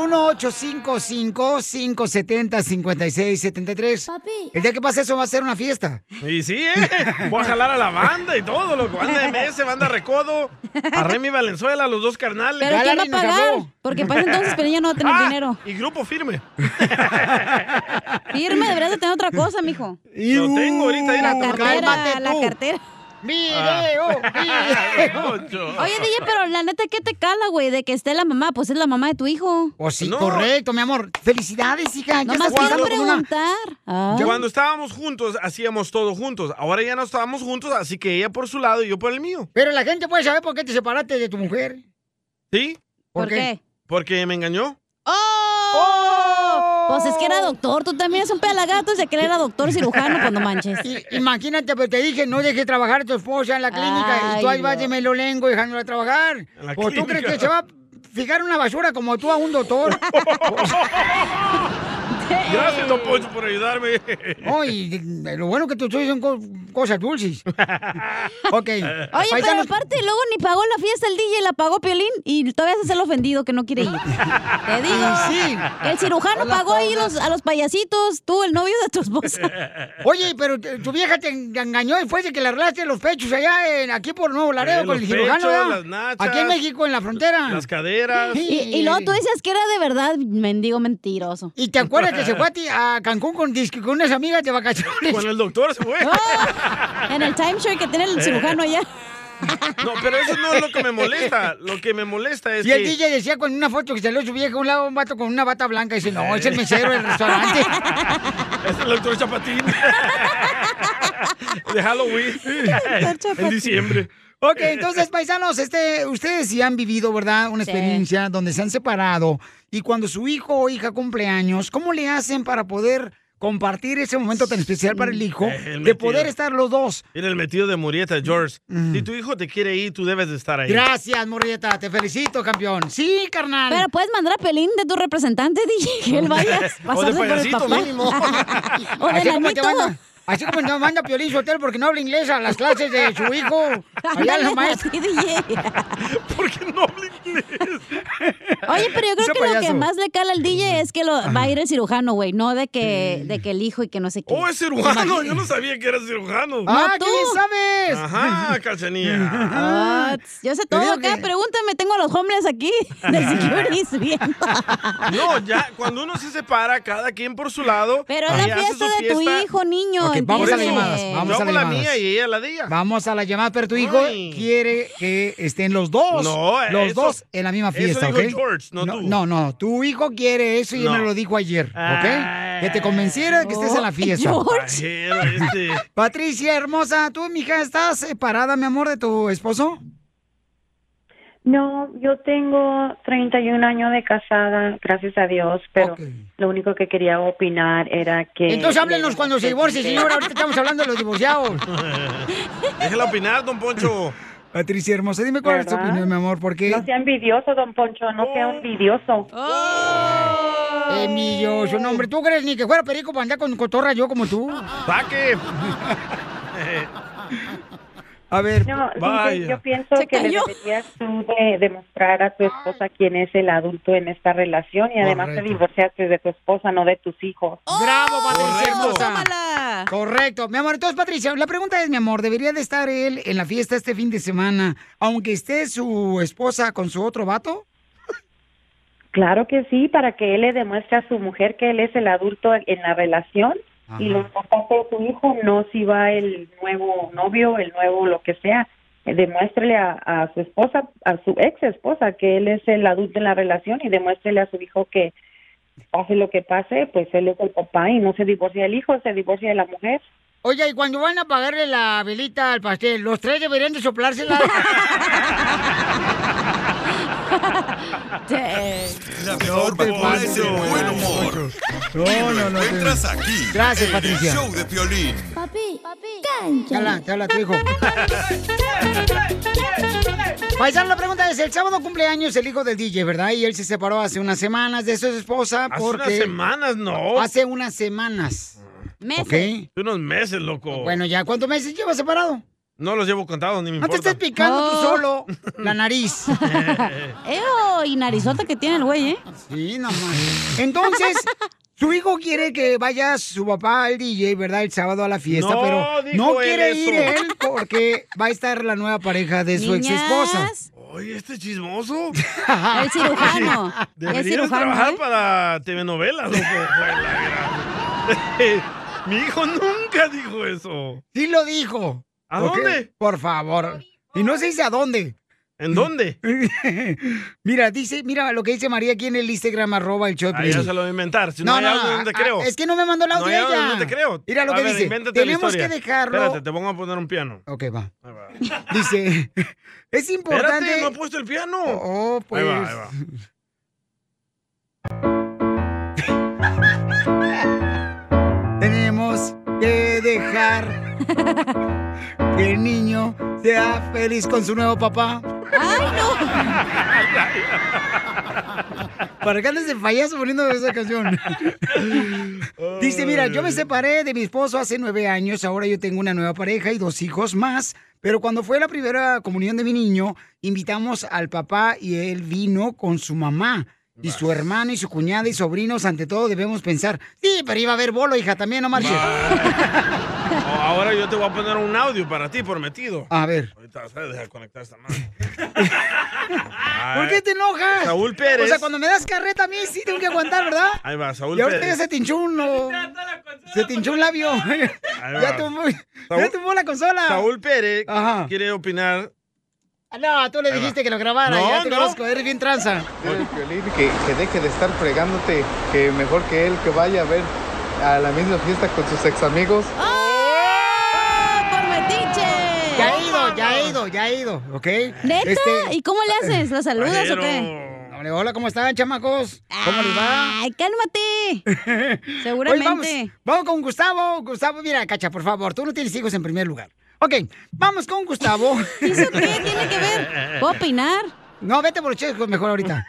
S2: 1-855-570-5673. El día que pase eso va a ser una fiesta.
S4: Y sí, ¿eh? Voy a jalar a la banda y todo, loco. Banda MS, banda Recodo, a Remy Valenzuela, los dos carnales.
S3: Pero ¿quién va a pagar? Porque para ese entonces Pelín ya no va a tener
S4: Ah,
S3: dinero.
S4: Y grupo firme.
S3: Firme, deberías de tener otra cosa, mijo.
S2: uh,
S4: Lo tengo ahorita, mira,
S3: La
S4: te lo
S3: cartera,
S4: cálmate
S3: la
S4: tú.
S3: cartera.
S2: Video,
S4: Ah.
S3: Oye, DJ, pero la neta, ¿qué te cala, güey? De que esté la mamá, pues es la mamá de tu hijo.
S2: O Pues sí, correcto, mi amor. Felicidades, hija.
S3: Nomás quiero preguntar. Ah.
S4: Cuando estábamos juntos, hacíamos todo juntos. Ahora ya no estábamos juntos, así que ella por su lado y yo por el mío.
S2: Pero la gente puede saber por qué te separaste de tu mujer.
S4: ¿Sí?
S2: ¿Por ¿Por qué? qué?
S4: Porque me engañó.
S3: ¡Oh! Pues es que era doctor, tú también eres un pelagato, se que él era doctor cirujano, pues no manches.
S2: I- Imagínate, pero te dije, no dejes trabajar a tu esposa en la clínica. y tú
S3: Ay,
S2: ahí vas
S3: no.
S2: de melolengo dejándola trabajar.
S4: la
S2: ¿O tú
S4: clínica.
S2: crees que se va a fijar una basura como tú a un doctor?
S4: Gracias, Don Poncho, por ayudarme.
S2: Ay, de- lo bueno que tus estudios son co- cosas dulces. ok.
S3: Oye, pero
S2: paisanos,
S3: aparte, luego ni pagó la fiesta el DJ, la pagó Piolín y todavía se hace el ofendido que no quiere ir. Te digo.
S2: Y sí.
S3: El cirujano
S2: Hola,
S3: pagó ahí
S2: Paula.
S3: los, a los payasitos, tú, el novio de tu esposa.
S2: Oye, pero te- tu vieja te en- te engañó después de que le arreglaste los pechos allá, en- aquí por Nuevo Laredo,
S4: Eh,
S2: con
S4: los
S2: el cirujano,
S4: pechos,
S2: ¿verdad?
S4: las nachas,
S2: Aquí en México, en la frontera.
S4: las caderas.
S3: Y, y luego tú dices que era de verdad, mendigo mentiroso.
S2: ¿Y te acuerdas que se fue a, ti- ah. a Cancún con, disque- con unas amigas de vacaciones?
S4: Con el doctor se fue.
S3: en el timeshare que tiene el cirujano allá.
S4: No, pero eso no es lo que me molesta. Lo que me molesta es
S2: Y el
S4: que...
S2: DJ decía con una foto que salió su vieja un lado un vato con una bata blanca y dice, no, es el mesero del restaurante.
S4: Es el doctor Chapatín. De Halloween. en diciembre.
S2: Ok, entonces, paisanos, este, ustedes sí han vivido, ¿verdad? Una
S4: Sí.
S2: experiencia donde se han separado y cuando su hijo o hija cumple años, ¿cómo le hacen para poder compartir ese momento tan especial para el hijo
S4: Eh, el
S2: de
S4: metido.
S2: poder estar los dos?
S4: Mira el metido de Murieta, George. Si tu hijo te quiere ir, tú debes de estar ahí.
S2: Mm. Gracias, Morrieta, te felicito, campeón. Sí, carnal.
S3: Pero puedes mandar a Pelín de tu representante, DJ, que él vaya a
S2: O de
S3: pasarse por el
S2: payasito
S3: papá.
S2: mínimo.
S3: o de
S2: así como
S3: nanito.
S2: te manda, así como te manda Piolín Sotelo porque no habla inglés a las clases de su hijo. Allá la
S3: Ándale,
S2: maestra.
S3: así, DJ. Oye, pero yo creo
S2: Ese
S3: que lo que
S2: payaso.
S3: más le cala al DJ es que lo va a ir el cirujano, güey, no de que, de que el hijo y que no sé qué.
S4: Oh, es cirujano. Yo no sabía que era cirujano.
S3: Ah, No, ¿qué tú. bien
S2: sabes?
S4: Ajá, calzanilla.
S3: Ah, tss, yo sé todo
S4: digo
S3: acá,
S4: que-
S3: pregúntame, tengo a los hombres aquí de securities viendo.
S4: No, ya, cuando uno se separa, cada quien por su lado.
S3: Pero es
S4: y
S3: la
S4: hace
S3: fiesta
S4: su
S3: de tu
S4: fiesta.
S3: hijo, niño.
S2: Ok, vamos a las
S3: ¿entiendes?
S2: llamadas. Vamos
S4: Yo
S2: a
S4: hago
S2: las
S4: la
S2: llamadas.
S4: mía y ella la de ella.
S2: Vamos a la llamada, pero tu hijo quiere que estén los dos.
S4: No, eh,
S2: los
S4: eso-
S2: dos en la misma
S4: eso
S2: fiesta,
S4: dijo
S2: ¿ok?
S4: George, no tú.
S2: No, no, tu hijo quiere eso y él
S4: No. Ah.
S2: me lo dijo ayer, ¿ok? Que te convenciera de que estés en la fiesta.
S4: Pajero este.
S2: Patricia, hermosa, ¿tú, mija, estás separada, mi amor, de tu esposo?
S1: No, yo tengo 31 años de casada, gracias a Dios, pero lo único que quería opinar era que...
S2: Entonces háblenos cuando se divorcie, señora. Ahorita estamos hablando de los divorciados.
S4: Déjela opinar, don Poncho.
S2: Patricia, hermosa, dime cuál es tu
S1: ¿Verdad?
S2: opinión, mi amor, porque...
S4: Oh.
S1: No sea envidioso, don Poncho, no sea envidioso.
S2: Emilio, Oh. no, hombre, ¿tú crees ni que fuera perico para andar con cotorra yo como tú?
S4: ¡Saque!
S2: A ver,
S1: No, dice,
S2: vaya.
S1: yo pienso
S2: Se
S1: que le
S2: cayó.
S1: deberías tú de- demostrar a tu esposa quién es el adulto en esta relación y además te
S2: Correcto.
S1: divorciaste de tu esposa, no de tus hijos.
S2: Bravo,
S1: Oh,
S2: Patricia hermosa. Correcto. Mi amor, entonces, Patricia, la pregunta es, mi amor, ¿debería de estar él en la fiesta este fin de semana, aunque esté su esposa con su otro vato?
S1: Claro que sí, para que él le demuestre a su mujer que él es el adulto en la relación y lo importante de tu hijo no si va el nuevo novio, el nuevo lo que sea. Eh, Demuéstrele a, a su esposa, a su ex esposa, que él es el adulto en la relación y demuéstrele a su hijo que pase lo que pase, pues él es el papá y no se divorcia del hijo, se divorcia de la mujer.
S2: Oye, ¿y cuando van a pagarle la velita al pastel, los tres deberían de soplársela?
S6: La mejor vacuna es el buen humor. y lo encuentras aquí.
S2: Gracias,
S6: en
S2: Patricia.
S6: El show de Piolín.
S2: Papi, papi. Te habla, te habla tu hijo. Paisano, la pregunta es, el sábado cumpleaños el hijo del DJ, ¿verdad? Y él se separó hace unas semanas de su esposa
S4: Hace
S2: porque...
S4: unas semanas, no. Ah.
S2: Hace unas semanas.
S3: Meses.
S2: Ok.
S4: Hace unos meses, loco.
S2: Bueno, ya, ¿cuántos meses lleva separado?
S4: No los llevo contados, ni me
S2: No te
S4: importa.
S2: estés picando tú
S3: Oh.
S2: solo la nariz.
S3: ¡Eo! Eh, oh, Y narizota que tiene el güey, ¿eh?
S2: Sí, nomás. Entonces, su hijo quiere que vaya su papá al DJ, ¿verdad? El sábado a la fiesta,
S4: No,
S2: pero
S4: dijo
S2: no quiere
S4: él
S2: ir
S4: eso.
S2: él porque va a estar la nueva pareja de su ex esposa.
S4: Oye, este chismoso.
S2: El cirujano.
S4: Deberías
S2: El cirujano,
S4: trabajar
S2: ¿eh?
S4: para telenovelas, loco. Fue la gran- Mi hijo nunca dijo eso.
S2: Sí lo dijo.
S4: ¿A
S2: Ok,
S4: dónde?
S2: Por favor. Y no se dice a dónde.
S4: ¿En dónde?
S2: mira, dice, mira lo que dice María aquí en el Instagram, arroba el show. de
S4: Ahí ya
S2: Piolín.
S4: se lo voy a inventar. Si no, hay algo, no te
S2: ah,
S4: creo.
S2: Es que no me mandó el audio
S4: hay algo
S2: ella.
S4: donde te creo.
S2: Mira lo
S4: A
S2: que
S4: ver,
S2: dice.
S4: invéntate la
S2: Tenemos
S4: historia.
S2: que dejarlo.
S4: Espérate, te pongo a poner un piano.
S2: Ok, va. Dice, es importante.
S4: Espérate, no he puesto el piano.
S2: Oh, pues.
S4: Ahí va, ahí va.
S2: Tenemos que dejar que el niño sea feliz con su nuevo papá. ¡Ay, no! Para que andes de payaso poniendo esa canción. Dice, mira, yo me separé de mi esposo hace nueve años, ahora yo tengo una nueva pareja y dos hijos más, pero cuando fue la primera comunión de mi niño, invitamos al papá y él vino con su mamá. Y su hermano y su cuñada y sobrinos, ante todo, debemos pensar. Sí, pero iba a haber bolo, hija, también, no marches.
S4: Oh, ahora yo te voy a poner un audio para ti, prometido.
S2: A ver.
S4: Ahorita vas a dejar conectar esta madre.
S2: ¿Por qué te enojas?
S4: Saúl Pérez.
S2: O sea, cuando me das carreta a mí sí tengo que aguantar, ¿verdad?
S4: Ahí va, Saúl
S2: y ahorita
S4: Pérez.
S2: ya se tinchó un... Se tinchó un labio.
S4: va.
S2: ya tomó, ya
S4: Saúl-
S2: tomó la consola.
S4: Saúl Pérez quiere opinar.
S2: Ah, No, tú le
S4: Ahí va.
S2: dijiste que lo grabara.
S4: No,
S2: ya te
S4: no.
S2: conozco, ¿eh? eres bien tranza.
S7: Dile, Piolín, que, que deje de estar fregándote, que mejor que él que vaya a ver a la misma fiesta con sus ex amigos.
S3: ¡Ah! ¡Por metiche!
S2: Ya he ido, ya he ido, ya he ido, ¿ok? Este
S3: ¿Neta? ¿Y cómo le haces? ¿Lo saludas o qué?
S2: Hombre, hola, ¿cómo están, chamacos? ¿Cómo les va?
S3: ¡Ay, cálmate!
S2: Oye, vamos,
S3: Seguramente.
S2: vamos con Gustavo. Gustavo, mira, Cacha, por favor, tú no tienes hijos en primer lugar. Ok, vamos con Gustavo.
S3: ¿Y eso qué tiene que ver? ¿Puedo opinar?
S2: No, vete por los chicos mejor ahorita.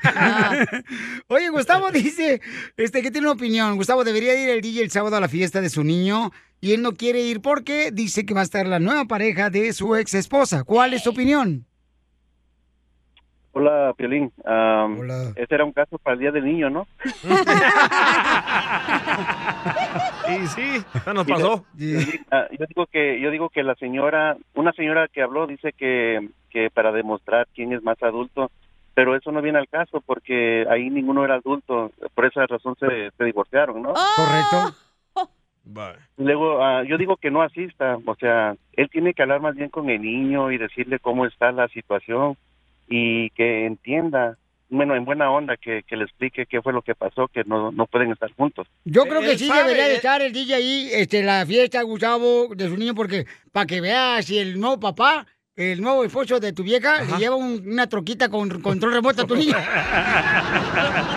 S2: Oye, Gustavo dice este, que tiene una opinión. Gustavo debería ir el DJ el sábado a la fiesta de su niño y él no quiere ir porque dice que va a estar la nueva pareja de su ex esposa. ¿Cuál es tu opinión?
S12: Hola, Piolín. Am, Este era un caso para el Día del Niño, ¿no?
S4: Y sí, ya nos pasó.
S12: Ah, yo digo que yo digo que la señora, una señora que habló dice que, que para demostrar quién es más adulto, pero eso no viene al caso porque ahí ninguno era adulto, por esa razón se, se divorciaron, ¿no?
S2: Correcto.
S12: Y Luego, ah, yo digo que no asista, o sea, él tiene que hablar más bien con el niño y decirle cómo está la situación y que entienda, bueno, en buena onda, que, que le explique qué fue lo que pasó, que no, no pueden estar juntos.
S2: Yo creo que
S4: Él
S2: sí
S4: sabe,
S2: debería de
S4: él-
S2: estar el DJ ahí, este, la fiesta, Gustavo, de su niño, porque para que veas si el nuevo papá, el nuevo esposo de tu vieja, le lleva un- una troquita con control remoto a tu niño.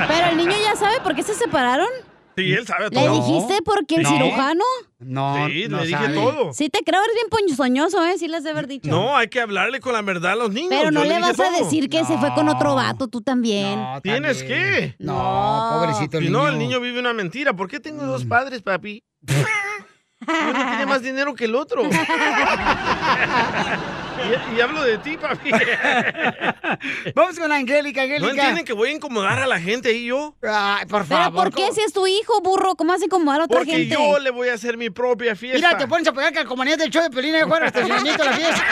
S3: Pero el niño ya sabe por qué se separaron.
S4: Sí, él sabe todo.
S3: ¿Le dijiste porque el
S4: No.
S3: cirujano?
S2: No,
S4: Sí,
S2: no
S4: le dije
S2: sabe.
S4: todo.
S3: Sí, te creo, eres bien ponzoñoso, ¿eh? Sí, les de haber dicho.
S4: No, hay que hablarle con la verdad a los niños.
S3: Pero no
S4: Yo
S3: le
S4: dije
S3: vas a
S4: todo.
S3: decir que se fue con otro vato, tú también.
S4: ¿Tienes que?
S2: No,
S3: pobrecito el
S4: Si no,
S3: niño.
S4: el niño vive una mentira. ¿Por qué tengo
S2: Mm.
S4: dos padres, papi? Uno tiene más dinero que el otro. y, y hablo de ti, papi.
S2: Vamos con Angélica,
S4: ¿No
S2: Angélica.
S4: entienden que voy a incomodar a la gente ahí yo?
S2: Ay, por
S3: ¿Pero
S4: favor.
S3: por qué si es tu hijo, burro? ¿Cómo hace incomodar a otra
S4: Porque
S3: gente?
S4: yo le voy a hacer mi propia fiesta.
S2: Mira, te pones a pegar calcomanías del show de Pelín y juegas hasta el finalito de la fiesta.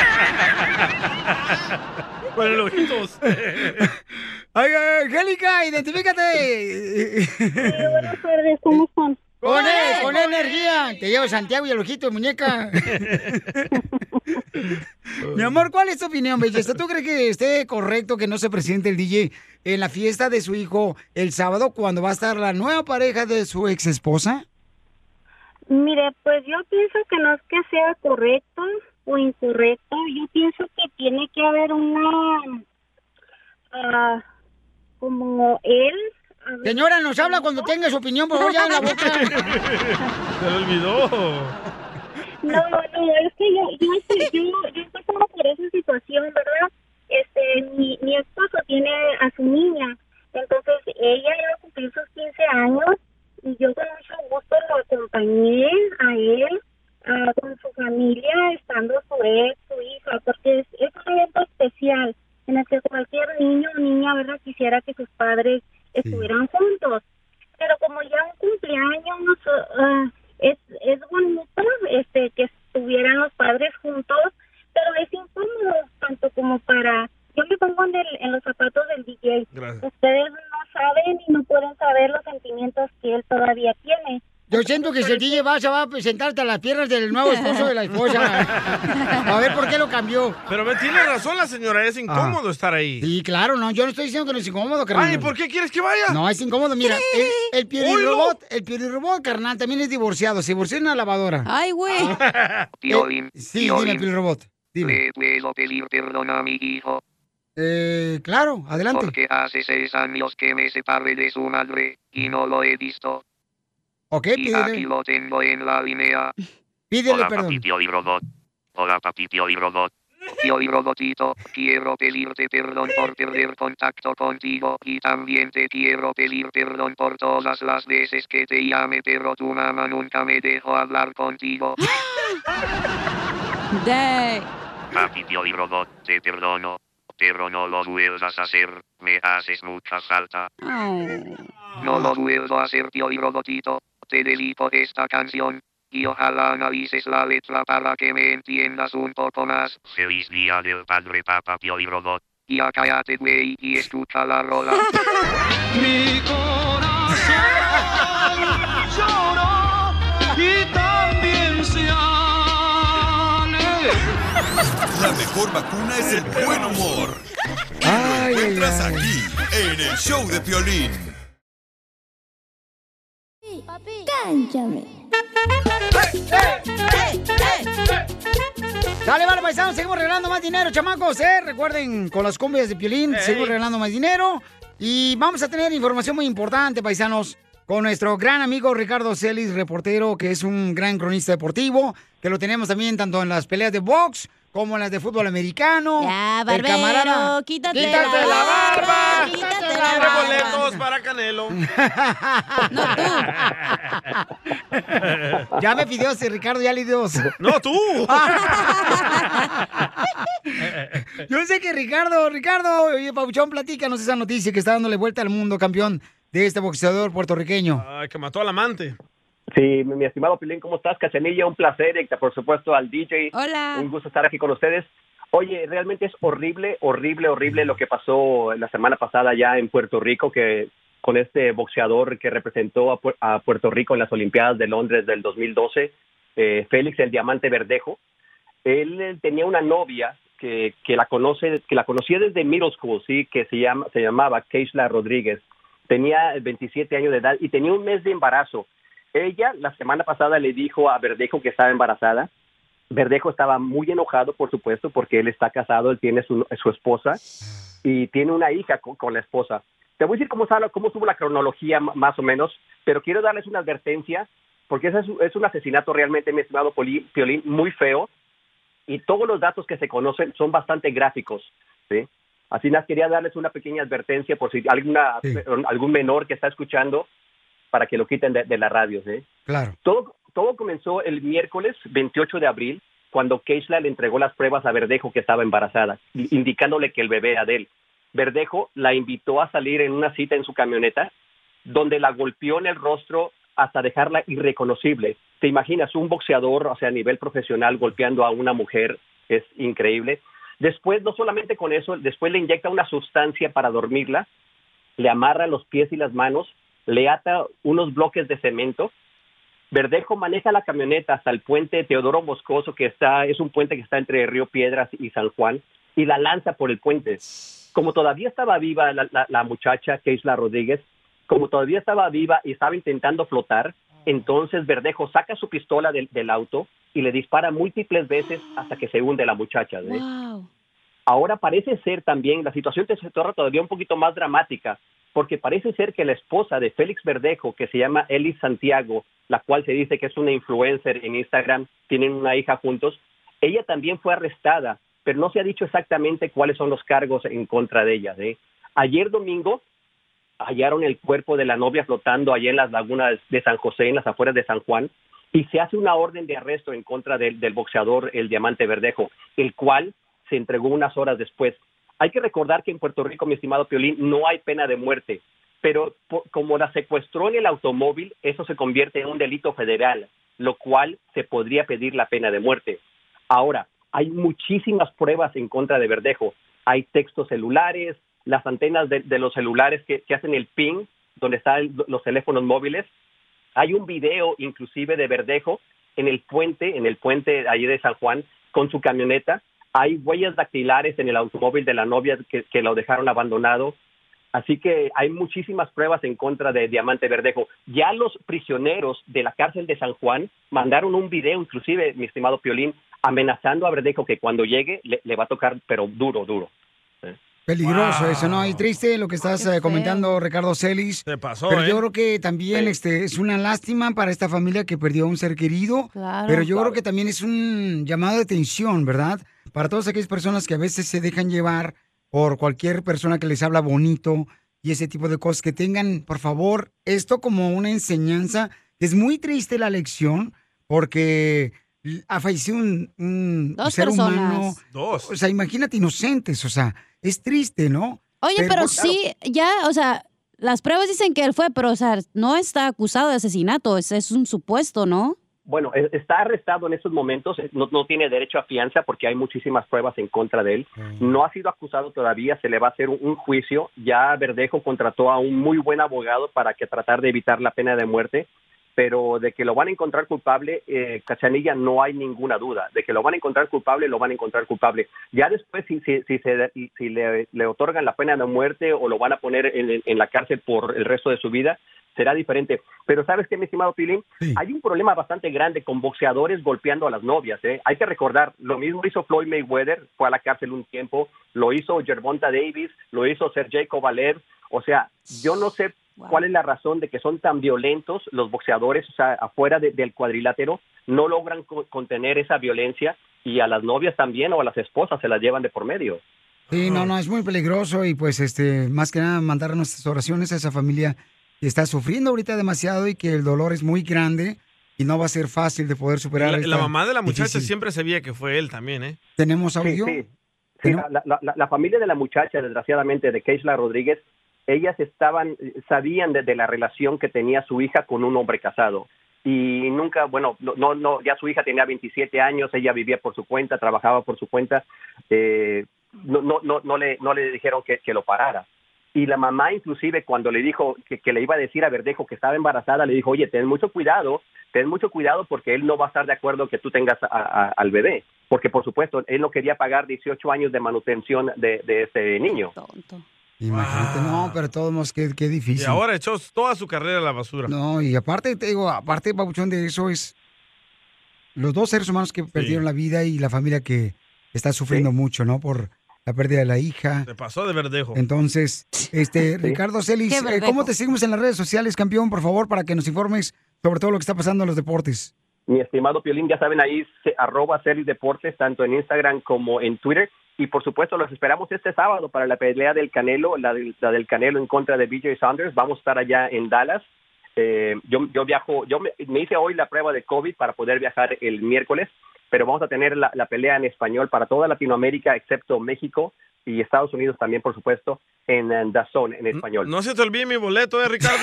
S4: Con el ojitos.
S2: Ay, ay, Angélica, identifícate. buenas tardes, ¿cómo están? Con, él, con energía. Te llevo Santiago y el ojito de muñeca. Mi amor, ¿cuál es tu opinión, belleza? ¿Tú crees que esté correcto que no se presente el DJ en la fiesta de su hijo el sábado cuando va a estar la nueva pareja de su ex esposa?
S9: Mire, pues yo pienso que no es que sea correcto o incorrecto, yo pienso que tiene que haber una, ah, como él.
S2: Señora, nos habla cuando tenga su opinión, por favor, ya en la boca.
S4: Se lo olvidó.
S9: No, no, es que yo, yo, estoy- yo, yo estoy como por esa situación, ¿verdad? Este, mi, mi esposo tiene a su niña, entonces ella ya va a cumplir sus 15 años y yo con mucho gusto lo acompañé a él, ah, con su familia, estando su ex, su hija, porque es, es un evento especial en el que cualquier niño o niña, ¿verdad? Quisiera que sus padres estuvieran juntos pero como ya un cumpleaños ah, es, es bonito este que estuvieran los padres juntos pero es incómodo tanto como para yo me pongo en, el- en los zapatos del DJ
S4: Gracias.
S9: ustedes no saben y no pueden saber los sentimientos que él todavía tiene
S2: Yo siento que si el DJ va, se va a presentarte a las piernas del nuevo esposo de la esposa. A ver por qué lo cambió.
S4: Pero me tiene razón la señora, es incómodo estar ahí.
S2: Sí, claro, no, yo no estoy diciendo que no es incómodo, carnal.
S4: Ay, ¿por qué quieres que vaya?
S2: No, es incómodo, mira, el, el
S4: Oilo.
S2: piolirrobot, el piolirrobot, carnal, también es divorciado, se divorció en una lavadora. Ah.
S3: Ay, güey.
S2: Tío Eh, Sí, dime, piolirrobot.
S10: ¿Le puedo pedir perdón a mi hijo?
S2: Eh, claro, adelante.
S10: Porque hace seis años que me separé de su madre y no lo he visto.
S2: Ok,
S10: Y aquí
S2: pídele,
S10: lo tengo en la línea.
S2: pídele
S10: Hola, papi,
S2: perdón.
S10: tío y robot. Hola, papi, tío y robot. Tío y robotito, quiero pedirte perdón por perder contacto contigo y también te quiero pedir perdón por todas las veces que te llame, pero tu mamá nunca me dejó hablar contigo. Papi, tío y robot, te perdono, pero no lo vuelvas a hacer, me haces mucha falta. No lo vuelvo a hacer, tío y robotito. Te dedico esta canción. Y ojalá analices la letra para que me entiendas un poco más. Feliz día del padre, papá, tío y robot. Y cállate, güey, y escucha la rola.
S17: Mi corazón lloró y también se
S6: La mejor vacuna es el buen humor. Y lo encuentras aquí, en el show de Piolín.
S2: Cánchame. Dale, vale, paisanos, seguimos regalando más dinero, chamacos, ¿eh? Recuerden, con las cumbias de Piolín, seguimos regalando más dinero. Y vamos a tener información muy importante, paisanos, con nuestro gran amigo Ricardo Celis, reportero, que es un gran cronista deportivo, que lo tenemos también tanto en las peleas de box como en las de fútbol americano.
S3: Ya,
S2: El
S3: barbero,
S2: camarada-
S3: quítate,
S2: Quítate la barba.
S3: Quítate la
S4: Quiero
S3: barba.
S4: boletos para Canelo.
S2: Ya me pidió si Ricardo ya le dio dos.
S4: No, tú.
S2: Yo sé que Ricardo, Ricardo, oye, Pabuchón, platícanos esa noticia que está dándole vuelta al mundo, campeón de este boxeador puertorriqueño.
S4: Ay, que mató al amante.
S13: Sí, mi mi estimado Pilín, ¿cómo estás? Cachanilla, un placer, y por supuesto al DJ.
S3: Hola.
S13: Un gusto estar aquí con ustedes. Oye, realmente es horrible, horrible, horrible lo que pasó la semana pasada allá en Puerto Rico que con este boxeador que representó a, Puer- a Puerto Rico en las Olimpiadas de Londres del 2012, eh, Félix el Diamante Verdejo. Él eh, tenía una novia que, que la conoce, que la conocía desde middle school, sí, que se llama se llamaba Keisla Rodríguez. Tenía 27 años de edad y tenía un mes de embarazo. Ella la semana pasada le dijo a Verdejo que estaba embarazada. Verdejo estaba muy enojado, por supuesto, porque él está casado, él tiene su, su esposa y tiene una hija con, con la esposa. te voy a decir cómo, sal- cómo estuvo la cronología m- más o menos, pero quiero darles una advertencia, porque ese es, un- es un asesinato realmente, mi estimado Poli- Piolín, muy feo, y todos los datos que se conocen son bastante gráficos, ¿sí? Así nada, quería darles una pequeña advertencia por si alguna, algún menor que está escuchando, para que lo quiten de, de la radio, ¿sí?
S2: Claro.
S13: Todo, todo comenzó el miércoles 28 de abril, cuando Keishla le entregó las pruebas a Verdejo que estaba embarazada, i- indicándole que el bebé era de él. Verdejo la invitó a salir en una cita en su camioneta, donde la golpeó en el rostro hasta dejarla irreconocible. ¿Te imaginas un boxeador, o sea, a nivel profesional, golpeando a una mujer? Es increíble. Después, no solamente con eso, después le inyecta una sustancia para dormirla, le amarra los pies y las manos, le ata unos bloques de cemento. Verdejo maneja la camioneta hasta el puente Teodoro Moscoso, que está, es un puente que está entre Río Piedras y San Juan, y la lanza por el puente. Como todavía estaba viva la, la- la muchacha, Keisla Rodríguez, como todavía estaba viva y estaba intentando flotar, entonces Verdejo saca su pistola del, del auto y le dispara múltiples veces hasta que se hunde la muchacha. ¿eh? ¿ves? Ahora parece ser también, la situación se torna todavía un poquito más dramática, porque parece ser que la esposa de Félix Verdejo, que se llama Elis Santiago, la cual se dice que es una influencer en Instagram, tienen una hija juntos, ella también fue arrestada, pero no se ha dicho exactamente cuáles son los cargos en contra de ella. ¿eh? Ayer domingo hallaron el cuerpo de la novia flotando allá en las lagunas de San José, en las afueras de San Juan, y se hace una orden de arresto en contra del, del boxeador El Diamante Verdejo, el cual se entregó unas horas después. Hay que recordar que en Puerto Rico, mi estimado Piolín, no hay pena de muerte, pero po- como la secuestró en el automóvil, eso se convierte en un delito federal, lo cual se podría pedir la pena de muerte. Ahora, hay muchísimas pruebas en contra de Verdejo. Hay textos celulares, las antenas de, de los celulares que, que hacen el ping, donde están los teléfonos móviles, hay un video inclusive de Verdejo en el puente, en el puente allí de San Juan, con su camioneta. Hay huellas dactilares en el automóvil de la novia que, que lo dejaron abandonado. Así que hay muchísimas pruebas en contra de Diamante Verdejo. Ya los prisioneros de la cárcel de San Juan mandaron un video, inclusive, mi estimado Piolín, amenazando a Verdejo que cuando llegue le, le va a tocar, pero duro, duro.
S2: Peligroso
S4: Wow.
S2: eso, ¿no? Y triste lo que estás eh, comentando, Ricardo Celis.
S4: Se pasó,
S2: Pero
S4: ¿eh?
S2: yo creo que también este, es una lástima para esta familia que perdió a un ser querido.
S4: Claro.
S2: Pero yo
S4: Claro.
S2: creo que también es un llamado de atención, ¿verdad? Para todas aquellas personas que a veces se dejan llevar por cualquier persona que les habla bonito y ese tipo de cosas. Que tengan, por favor, esto como una enseñanza. Es muy triste la lección porque ha fallecido un, un
S3: Dos
S2: ser
S3: personas.
S2: humano.
S4: Dos.
S2: O sea, imagínate inocentes, o sea, es triste, ¿no?
S3: Oye, pero,
S2: por-
S3: sí, ya, o sea, las pruebas dicen que él fue, pero, o sea, no está acusado de asesinato, es, es un supuesto, ¿no?
S13: Bueno, e- está arrestado en estos momentos, eh, no, no tiene derecho a fianza porque hay muchísimas pruebas en contra de él. No ha sido acusado todavía, se le va a hacer un, un juicio. Ya Verdejo contrató a un muy buen abogado para que tratar de evitar la pena de muerte, pero de que lo van a encontrar culpable, eh, Cachanilla, no hay ninguna duda. De que lo van a encontrar culpable, lo van a encontrar culpable. Ya después, si, si, si, se, si le, le otorgan la pena de muerte o lo van a poner en- en- en la cárcel por el resto de su vida, será diferente. Pero sabes qué, mi estimado Pilín, hay un problema bastante grande con boxeadores golpeando a las novias. ¿eh? Hay que recordar, lo mismo hizo Floyd Mayweather, fue a la cárcel un tiempo, lo hizo Gervonta Davis, lo hizo Sergey Kovalev. O sea, yo no sé cuál es la razón de que son tan violentos los boxeadores, o sea, afuera de- del cuadrilátero, no logran co- contener esa violencia y a las novias también o a las esposas se las llevan de por medio.
S2: Sí, no, no, es muy peligroso y pues este, más que nada mandar nuestras oraciones a esa familia que está sufriendo ahorita demasiado y que el dolor es muy grande y no va a ser fácil de poder superar.
S4: La,
S2: esta
S4: la mamá de la muchacha
S2: difícil-
S4: siempre sabía que fue él también, ¿eh?
S2: Tenemos
S13: Sí,
S2: audio.
S13: sí. Sí, la, la- la- la familia de la muchacha, desgraciadamente, de Keisla Rodríguez, ellas estaban, sabían de, de la relación que tenía su hija con un hombre casado. Y nunca, bueno, no- no, no, ya su hija tenía 27 años, ella vivía por su cuenta, trabajaba por su cuenta, eh, no, no, no, no, le, no le dijeron que, que lo parara. Y la mamá inclusive cuando le dijo que, que le iba a decir a Verdejo que estaba embarazada, le dijo, oye, ten mucho cuidado, ten mucho cuidado porque él no va a estar de acuerdo que tú tengas a- a- al bebé. Porque por supuesto, él no quería pagar 18 años de manutención de, de este niño.
S2: Imagínate, no, pero todos modos, qué, qué
S4: Ah. Y
S2: difícil.
S4: ahora echó toda su carrera a la basura.
S2: No, y aparte, te digo, aparte, Pabuchón, de eso es los dos seres humanos que perdieron la vida y la familia que está sufriendo mucho, ¿no? Por la pérdida de la hija.
S4: Te pasó de verdejo.
S2: Entonces, este,
S4: Sí.
S2: Ricardo Celis,
S4: Qué
S2: eh,
S4: verdejo.
S2: ¿cómo te seguimos en las redes sociales, campeón, por favor, para que nos informes sobre todo lo que está pasando en los deportes?
S13: Mi estimado Piolín, ya saben ahí, se- arroba Celis Deportes, tanto en Instagram como en Twitter. Y por supuesto, los esperamos este sábado para la pelea del Canelo, la, del- la del Canelo en contra de BJ Saunders. Vamos a estar allá en Dallas. Eh, yo, yo viajo, yo me, me hice hoy la prueba de COVID para poder viajar el miércoles, pero vamos a tener la, la pelea en español para toda Latinoamérica, excepto México y Estados Unidos también, por supuesto, en, en Dazón, en español.
S4: No se te olvide mi boleto, ¿eh, Ricardo?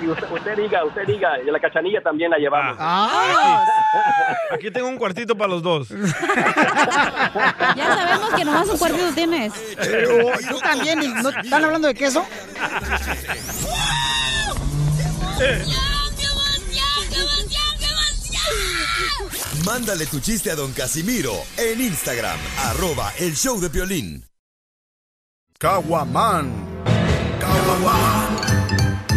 S13: Y usted, usted diga, usted diga, y la cachanilla también la llevamos.
S4: Ah. Aquí tengo un cuartito para los dos.
S3: Ya sabemos que nomás un cuartito tienes.
S2: Eh, oh, ¿Tú también? ¿No están hablando de queso?
S6: Mándale tu chiste a don Casimiro en Instagram, arroba el show de violín. Caguaman.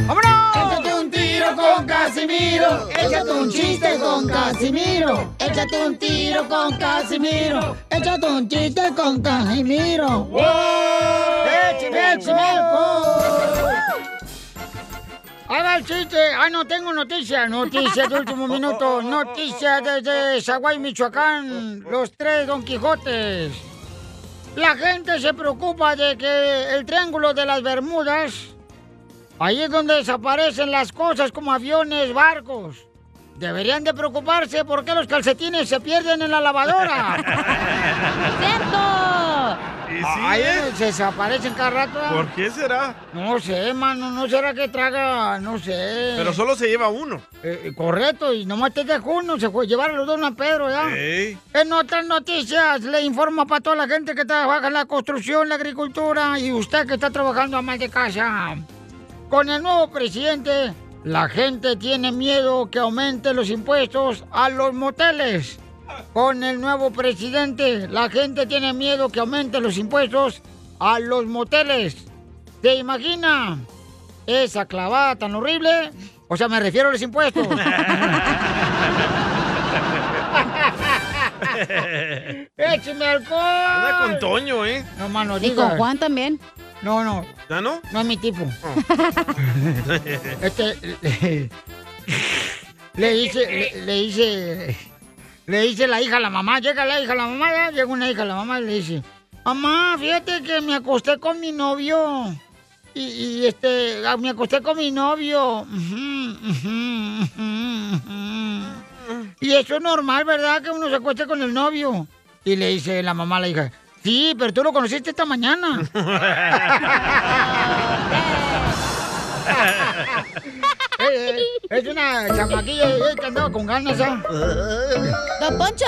S2: Échate un tiro con Casimiro. Échate un chiste con Casimiro. Échate un tiro con Casimiro. Échate un chiste con Casimiro. ¡Wow! ¡Échame Haga el chiste. Ah, no tengo noticia. Noticia de último minuto. Noticia desde Zaguay, Michoacán. Los tres Don Quijotes. La gente se preocupa de que el Triángulo de las Bermudas Ahí es donde desaparecen las cosas como aviones, barcos. Deberían de preocuparse porque los calcetines se pierden en la lavadora. ¡Cierto!
S4: Ah.
S2: Ahí es donde se desaparecen cada rato.
S4: ¿Por qué será?
S2: No sé, mano, no será que traga, no sé.
S4: Pero solo se lleva uno.
S2: Eh, Correcto, y nomás te dejo uno, se fue llevar a los dos a Pedro, ¿ya?
S4: Ey.
S2: En otras noticias, le informo para toda la gente que trabaja en la construcción, la agricultura y usted que está trabajando a mal de casa. Con el nuevo presidente, la gente tiene miedo que aumente los impuestos a los moteles. Con el nuevo presidente, la gente tiene miedo que aumente los impuestos a los moteles. ¿Te imagina esa clavada tan horrible? O sea, me refiero a los impuestos. Este- ¡Écheme alcohol! Anda
S4: con Toño, ¿eh?
S2: No, mano,
S3: Y con Juan también.
S2: No, no.
S4: ¿Ya no? Oh.
S2: No es mi tipo. Este, le, le hice, le, le hice, le dice la hija a la mamá, llega la hija a la mamá, ya, llega una hija a la mamá y le dice, mamá, fíjate que me acosté con mi novio. Y, y, este, ah, me acosté con mi novio. Ujú, ujú, ujú, ujú. Y eso es normal, ¿verdad? Que uno se acueste con el novio. Y le dice la mamá a la hija, sí, pero tú lo conociste esta mañana. Eh, eh, es una chamaquilla eh, que andaba con ganas, ¿ah?
S3: ¡Don Poncho!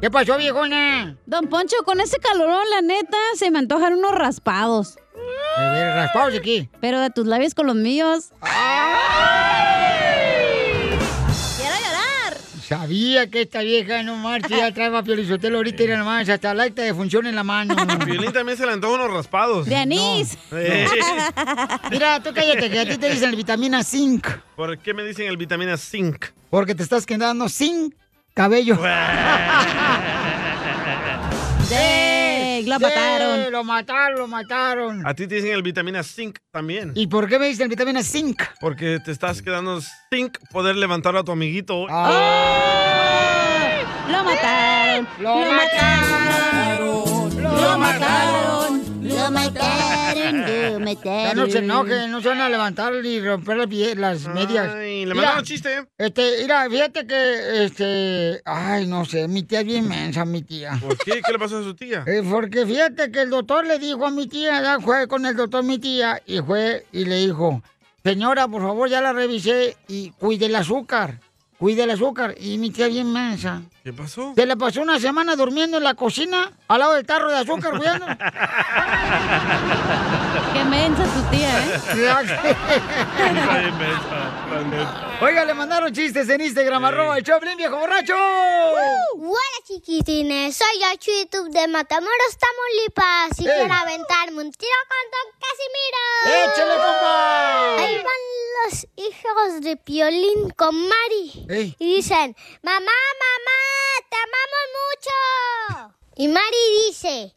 S2: ¿Qué pasó, viejona?
S3: Don Poncho, con ese calorón, la neta, se me antojan unos raspados.
S2: A ver, raspados aquí.
S3: Pero de tus labios con los míos.
S2: ¡Quiero llorar! Sabía que esta vieja no marcha ya trae a Piolizotelo ahorita era nomás hasta el acta de función en la mano.
S4: Violín también se le antoja unos raspados.
S2: De anís.
S4: No. Eh,
S2: Mira, tú cállate que a ti te dicen el vitamina zinc
S4: ¿Por qué me dicen el vitamina zinc?
S2: porque te estás quedando sin cabello.
S3: Sí,
S2: lo mataron. Lo mataron, lo mataron.
S4: A ti te dicen el vitamina zinc también.
S2: ¿Y por qué me dicen el vitamina zinc?
S4: Porque te estás quedando zinc poder levantar a tu amiguito. hoy.
S2: Ah.
S3: Lo mataron.
S2: Lo,
S3: mataron. Lo
S2: mataron.
S3: Lo mataron. Lo mataron.
S2: Ya no se enojen, no se van a levantar ni romper las, pie- las medias.
S4: Ay,
S2: Mira,
S4: le mandaron chiste. ¿eh?
S2: Este, mira, fíjate que, este, ay, no sé, mi tía es bien mensa, mi tía.
S4: ¿Por qué? ¿Qué le pasó a su tía?
S2: Eh, porque fíjate que el doctor le dijo a mi tía, ya fue con el doctor mi tía, y fue y le dijo, señora, por favor, ya la revisé y cuide el azúcar, cuide el azúcar. Y mi tía bien mensa.
S4: ¿Qué pasó?
S2: Se le pasó una semana durmiendo en la cocina, al lado del tarro de azúcar, cuidando.
S3: Qué mensa tu tía, ¿eh?
S4: Está bien, mensa, está bien.
S2: Oiga, le mandaron chistes en Instagram, arroba el Choplin, viejo borracho.
S11: Hola chiquitines, soy Yocho YouTube de Matamoros, Tamaulipas y
S14: ¡Eh!
S11: quiero aventarme un tiro con Don Casimiro.
S14: ¡Échale, compa!
S11: Ahí van los hijos de Piolín con Mari y dicen, mamá, mamá, te amamos mucho. Y Mari dice,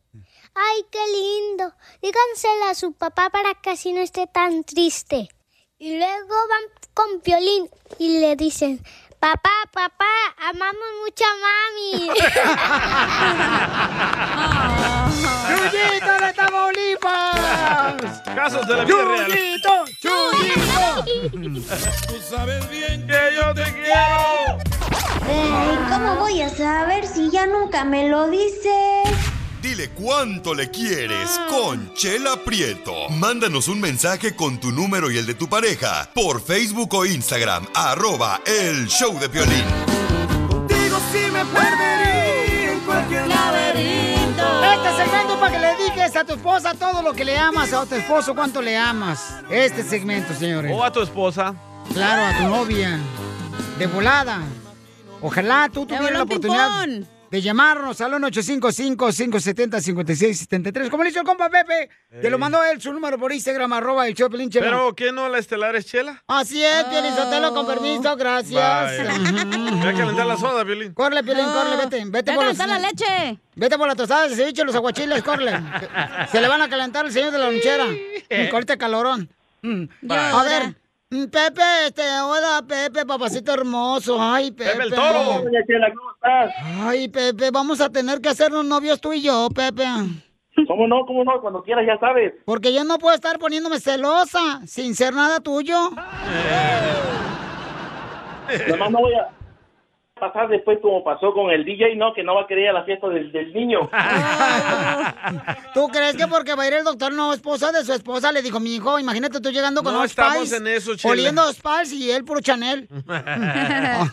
S11: ay, qué lindo, dígansela a su papá para que así no esté tan triste. Y luego van con Piolín y le dicen, papá, papá, amamos mucho a mami.
S2: ¡Chuyito de Tamaulipas!
S4: Casos de la vida real.
S2: ¡Chuyito!
S4: Tú sabes bien que yo te quiero.
S14: Ay, ¿cómo voy a saber si ya nunca me lo dices?
S6: Dile cuánto le quieres con Chela Prieto. Mándanos un mensaje con tu número y el de tu pareja por Facebook o Instagram, arroba el show de Piolín.
S2: Digo si me perderí en cualquier laberinto. Este segmento es para que le dediques a tu esposa todo lo que le amas, a tu esposo cuánto le amas. Este segmento, señores.
S4: O a tu esposa.
S2: Claro, a tu novia. De volada. Ojalá tú tuvieras
S4: voló
S2: la
S4: un
S2: oportunidad
S4: ping-pong.
S2: de llamarnos al 1-855-570-5673. Como le hizo el compa Pepe, te lo
S4: Ey.
S2: mandó él su número por Instagram, arroba el Choplin Channel.
S4: Pero, ¿qué no? ¿La estelar es Chela?
S2: Así es, Piolín Sotelo, con permiso, gracias.
S4: Vaya. Voy a calentar la soda, Violín.
S2: Corre, Piolín,
S4: Ah.
S2: corre, vete. Vete
S4: Ya
S2: por
S4: calentó la
S2: leche. Vete por la tostada, se ceviche, los aguachiles, corre. Se- Se le van a calentar el señor de la lonchera. Corte calorón. Mm.
S4: Vaya.
S2: A ver, mm, Pepe, este, hola, Pepe, papacito hermoso. Ay, Pepe.
S4: el toro. Doña
S2: ¿cómo estás? Ay, Pepe, vamos a tener que hacernos novios tú y yo, Pepe.
S20: ¿Cómo no? ¿Cómo no? Cuando quieras, ya sabes.
S2: Porque yo no puedo estar poniéndome celosa sin ser nada tuyo.
S20: Nomás no voy a pasar después como pasó con el DJ, no, que no va a querer ir a la fiesta del, del niño.
S2: ¿Tú crees que porque va a ir el doctor no esposa de su esposa? Le dijo, mi hijo, imagínate tú llegando con
S4: No
S2: Old
S4: estamos
S2: Spice,
S4: en eso, Chela.
S2: Oliendo Old Spice y él puro Chanel.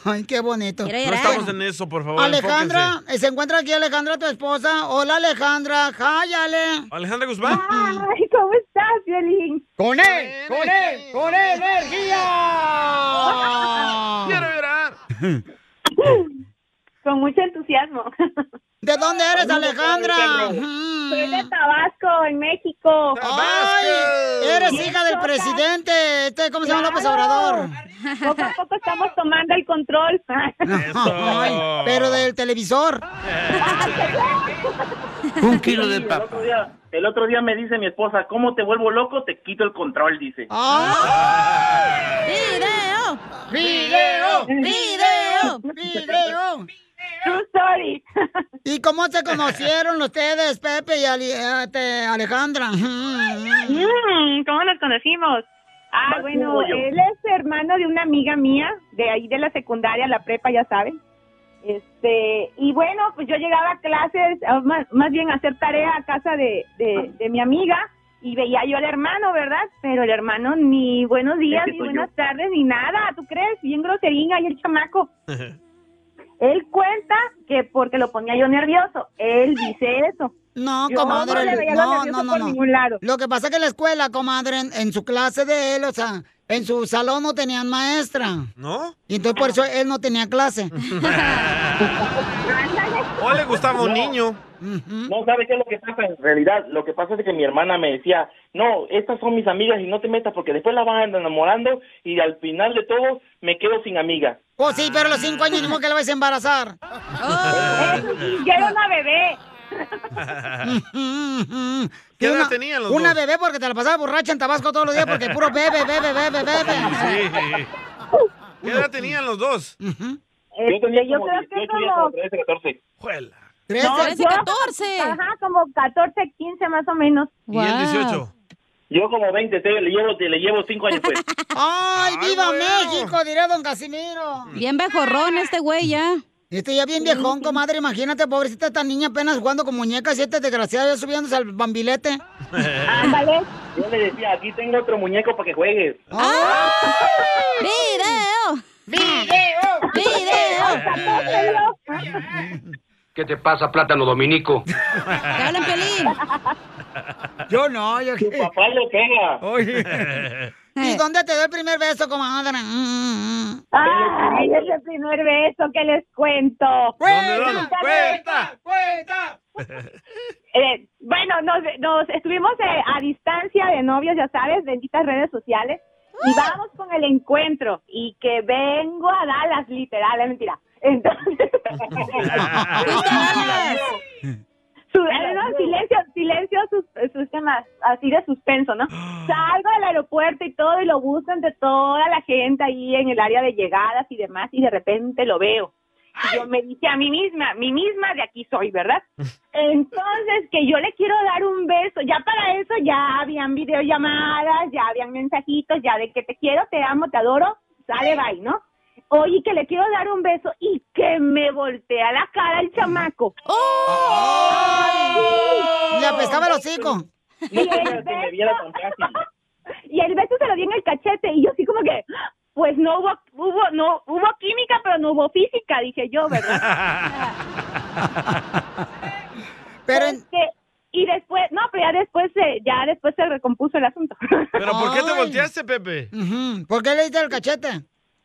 S2: Ay, qué bonito.
S4: No estamos en eso, por favor.
S2: Alejandra, eh, se encuentra aquí Alejandra, tu esposa. Hola, Alejandra. Hi, Ale.
S4: enfóquense. Alejandra Guzmán.
S2: Ay, ¿cómo estás, Violín? ¡Con él! ¡Con él! ¡Con él, energía!
S4: Quiero llorar.
S23: Con mucho entusiasmo.
S2: ¿De dónde eres, Alejandra?
S23: Soy de Tabasco, en México.
S2: ¡Ay! Eres hija del presidente. Este, ¿Cómo se llama López Obrador?
S23: Poco a poco estamos tomando el control.
S2: Ay, pero del televisor. Un kilo de
S20: El otro, día, el otro día me dice mi esposa, ¿cómo te vuelvo loco? Te quito el control, dice.
S4: Ah.
S2: ¡Video! ¡Video! ¡Video! ¡Video! ¡True story! ¿Y cómo se conocieron ustedes, Pepe y Ali- este, Alejandra?
S23: Mm, ¿Cómo nos conocimos? Ah,
S2: Más
S23: bueno,
S2: jugo yo.
S23: él es hermano de una amiga mía, de ahí de la secundaria, la prepa, ya saben. Este, y bueno, pues yo llegaba a clases, a- más, más bien a hacer tarea a casa de, de- de mi amiga, y veía yo al hermano, ¿verdad? Pero el hermano ni buenos días,
S20: Ese
S23: ni
S20: soy
S23: buenas tardes, ni nada, ¿tú crees? Bien groseringa y el chamaco. Él cuenta que porque lo ponía yo nervioso. Él dice eso.
S2: No,
S23: Yo
S2: comadre.
S23: no le veía lo
S2: No,
S23: nervioso
S2: no, no,
S23: por
S2: no.
S23: ningún lado.
S2: Lo que pasa es que la escuela, comadre, en, en su clase de él, o sea, en su salón no tenían maestra.
S4: ¿No?
S2: Y entonces por eso él no tenía clase.
S4: o le gustaba un
S20: No.
S4: niño.
S20: No, ¿sabe qué es lo que pasa? En realidad, lo que pasa es que mi hermana me decía, no, estas son mis amigas y no te metas porque después las vas a andar enamorando y al final de todo me quedo sin amiga.
S2: Oh, sí, pero a los cinco años mismo que la vais a embarazar.
S23: Ya era una bebé.
S4: ¿Qué edad
S2: Una-
S4: tenían los
S2: Una
S4: dos?
S2: bebé porque te la pasaba borracha en Tabasco todos los días porque puro bebe, bebe, bebe, bebe.
S4: Sí. ¿Qué edad tenían los dos?
S20: Yo tenía
S23: yo
S20: como
S23: creo que
S20: 18 y ella
S23: como-
S20: como 13, 14.
S23: No, yo- Ajá, como 14, 15 más o menos.
S20: Yo como 20, te- le llevo, te- le llevo 5 años pues.
S2: ¡Ay, viva México! Dirá don Casimiro.
S3: Mm. Bien vejorrón este güey ya.
S2: Este ya bien viejón, comadre. Imagínate, pobrecita esta niña apenas jugando con muñecas y este desgraciado ya subiéndose al bambilete.
S20: Ándale. Yo le decía, aquí tengo otro muñeco para que juegues.
S2: ¡Ah!
S3: ¡Ah!
S2: ¡Video! ¡Video!
S23: ¡Video!
S24: ¿Qué te pasa, plátano dominico?
S2: hablan, Yo no, yo Tu
S20: papá le pega.
S2: Oye. ¿Y dónde te dio el primer beso, comadre?
S23: Ay, es el primer beso que les cuento.
S2: ¿Dónde, dónde? Pues.
S23: ¡Cuenta!
S2: ¡Cuenta!
S23: Eh, bueno, nos, nos estuvimos eh, a distancia de novios, ya sabes, benditas redes sociales. Y vamos con el encuentro. Y que vengo a Dallas, literal, es mentira. Entonces. Su- eh, no, silencio, silencio, sus, sus temas, así de suspenso, ¿no? Salgo del aeropuerto y todo, y lo busco entre toda la gente ahí en el área de llegadas y demás, y de repente lo veo. Y yo me dije a mí misma, mí misma de aquí soy, ¿verdad? Entonces, que yo le quiero dar un beso. Ya para eso ya habían videollamadas, ya habían mensajitos, ya de que te quiero, te amo, te adoro, sale, bye, ¿no? Oye, que le quiero dar un beso y que me voltea la cara el chamaco. ¡Oh!
S2: Le apestaba el hocico.
S23: Y el, beso, y el beso se lo di en el cachete y yo así como que, pues no hubo, hubo, no, hubo química, pero no hubo física, dije yo, ¿verdad?
S2: pero
S23: Este, y después, no, pero ya después se, ya después se recompuso el asunto.
S4: ¿Pero por qué te
S2: Ay.
S4: volteaste, Pepe?
S2: ¿Por qué le diste el cachete?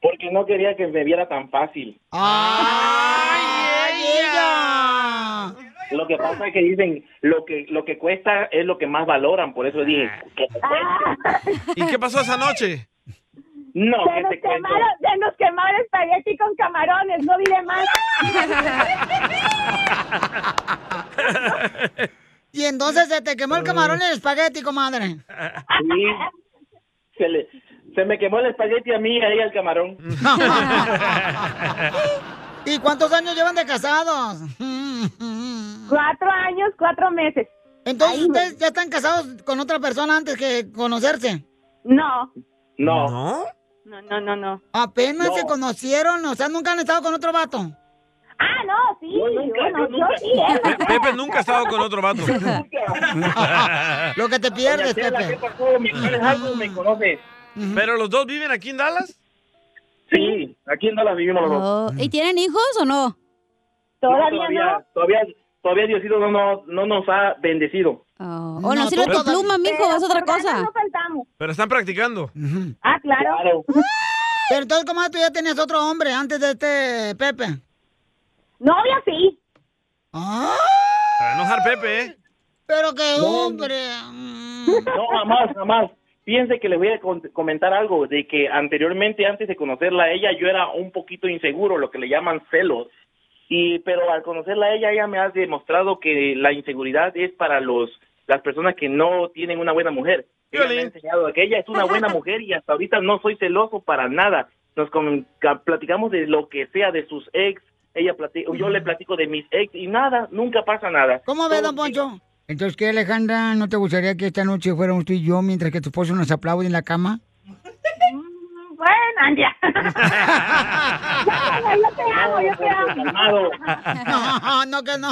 S20: Porque no quería que me viera tan fácil.
S2: ¡Ay, ella!
S20: Lo que pasa es que dicen, lo que lo que cuesta es lo que más valoran, por eso dije, que me cueste.
S4: ¿Y qué pasó esa noche?
S20: Ah, No,
S23: Ah,
S20: ¿qué
S23: se
S20: te
S23: nos
S20: cuento?
S23: quemaron, se nos quemaron espagueti con camarones, no diré más.
S2: Y entonces se te quemó el camarón en el espagueti, comadre.
S20: Sí, se, le, se me quemó el espagueti a mí y a ella el camarón.
S4: Mm.
S2: ¿Y cuántos años llevan de casados?
S23: Cuatro años, cuatro meses.
S2: Entonces, ¿ustedes ya están casados con otra persona antes que conocerse?
S23: No.
S20: No.
S23: No, no, no, no.
S2: ¿Apenas
S23: No.
S2: se conocieron? O sea, ¿nunca han estado con otro vato?
S23: Ah, no, sí. bueno, yo sí, ¿eh?
S4: Pe- Pepe nunca ha estado con otro vato.
S2: Lo que te
S20: pierdes, Doña Chela, Pepe. ¿qué pasó? Mi padre es algo, me conoce.
S4: ¿Pero los dos viven aquí en Dallas?
S20: Sí, aquí en Dallas vivimos los dos.
S3: Oh, ¿Y tienen hijos o no?
S20: No, todavía, todavía, todavía Diosito no, nos- no nos ha bendecido.
S3: Oh, o no, sirve tu
S4: todavía-
S3: pluma, mijo, es otra cosa.
S23: faltamos.
S4: Pero están practicando.
S23: Ah, claro.
S2: Pero entonces, comadre, tú ya tenías otro hombre antes de este Pepe.
S23: Novia sí.
S2: Ah,
S4: Para enojar Pepe, ¿eh?
S2: pero qué
S20: No.
S2: hombre.
S20: No, jamás, jamás. Fíjense que les voy a con- comentar algo, de que anteriormente, antes de conocerla a ella, yo era un poquito inseguro, lo que le llaman celos. Y, pero al conocerla a ella, ella me ha demostrado que la inseguridad es para los las personas que no tienen una buena mujer. Ella me ha enseñado que ella es una buena mujer y hasta ahorita no soy celoso para nada. Nos com- ca- platicamos de lo que sea, de sus ex, ella plati- yo le platico de mis ex y nada, nunca pasa nada.
S2: ¿Cómo ve, don Poncho? Entonces, ¿qué, Alejandra? ¿No te gustaría que esta noche fuéramos tú y yo mientras que tu esposo nos aplaude en la cama?
S23: ¿eh? Mm, Bueno, Andrea. yo te amo, yo te amo.
S20: Calmado.
S2: No, no, que no.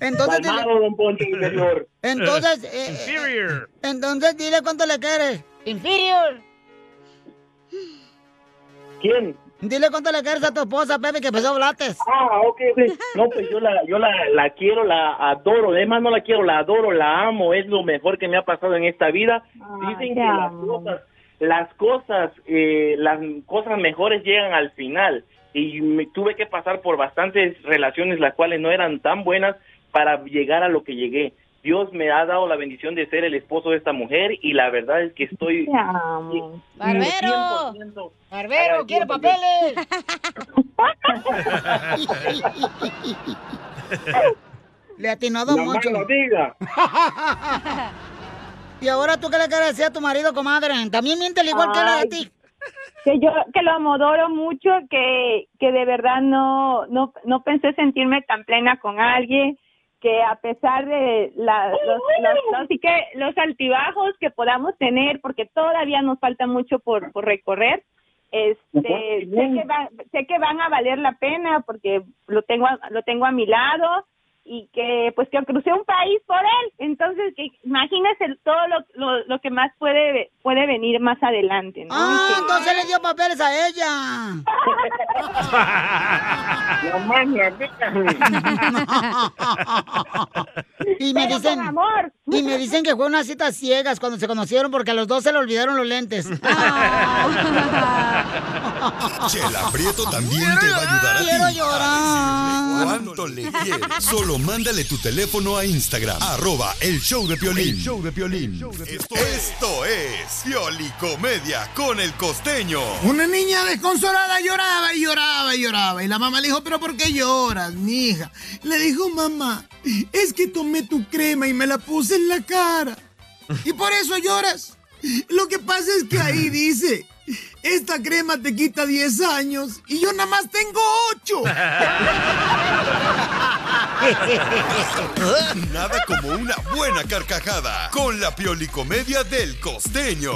S2: Entonces, dile-
S20: Calmado, don Poncho, inferior.
S2: entonces, eh,
S4: Inferior.
S2: entonces dile cuánto le quieres. Inferior.
S20: ¿Quién?
S2: Dile cuánto le quieres a tu esposa, Pepe, que empezó a hablates.
S20: Ah, ok, ok. No, pues yo la, yo la, la quiero, la adoro. Además, no la quiero, la adoro, la amo. Es lo mejor que me ha pasado en esta vida. Dicen que
S23: te
S20: las cosas, las cosas, eh, las cosas mejores llegan al final. Y me tuve que pasar por bastantes relaciones, las cuales no eran tan buenas para llegar a lo que llegué. Dios me ha dado la bendición de ser el esposo de esta mujer y la verdad es que estoy...
S17: Barbero.
S2: Barbero,
S17: quiere papeles.
S2: Le atinó a don
S17: Nomás
S2: Poncho.
S17: lo diga.
S2: y ahora, ¿tú qué le quieres decir a tu marido, comadre? También miéntele igual que la de
S23: Ay.
S2: ti.
S23: que yo que lo amodoro mucho, que, que de verdad no, no, no pensé sentirme tan plena con alguien, que a pesar de la- los, los- los- sí que los altibajos que podamos tener, porque todavía nos falta mucho por, por recorrer, este, sé, que va- sé que van a valer la pena porque lo tengo a- lo tengo a mi lado y que pues que crucé un país por él entonces que imagínese todo lo, lo, lo que más puede puede venir más adelante ¿no?
S2: Ah,
S23: Y que-
S2: entonces le dio papeles a ella.
S20: Nomás lo diga.
S2: y me
S23: Pero
S2: dicen.
S23: con amor,
S2: Y me dicen que fue una cita ciegas cuando se conocieron porque a los dos se le olvidaron los lentes.
S6: Chela Prieto también te va a ayudar a ti.
S2: Quiero llorar.
S6: ¿Cuánto le quieres? Solo mándale tu teléfono a Instagram. Arroba el show de Piolín.
S8: El
S6: show de Esto, esto es Pioli Comedia con el costeño.
S5: Una niña desconsolada lloraba y lloraba y lloraba. Y la mamá le dijo, pero ¿por qué lloras, mi hija? Le dijo, mamá, es que tomé tu crema y me la puse en la cara. Y por eso lloras. Lo que pasa es que ahí dice, esta crema te quita 10 años y yo nada más tengo 8.
S6: Nada como una buena carcajada con la Pioli Comedia del costeño.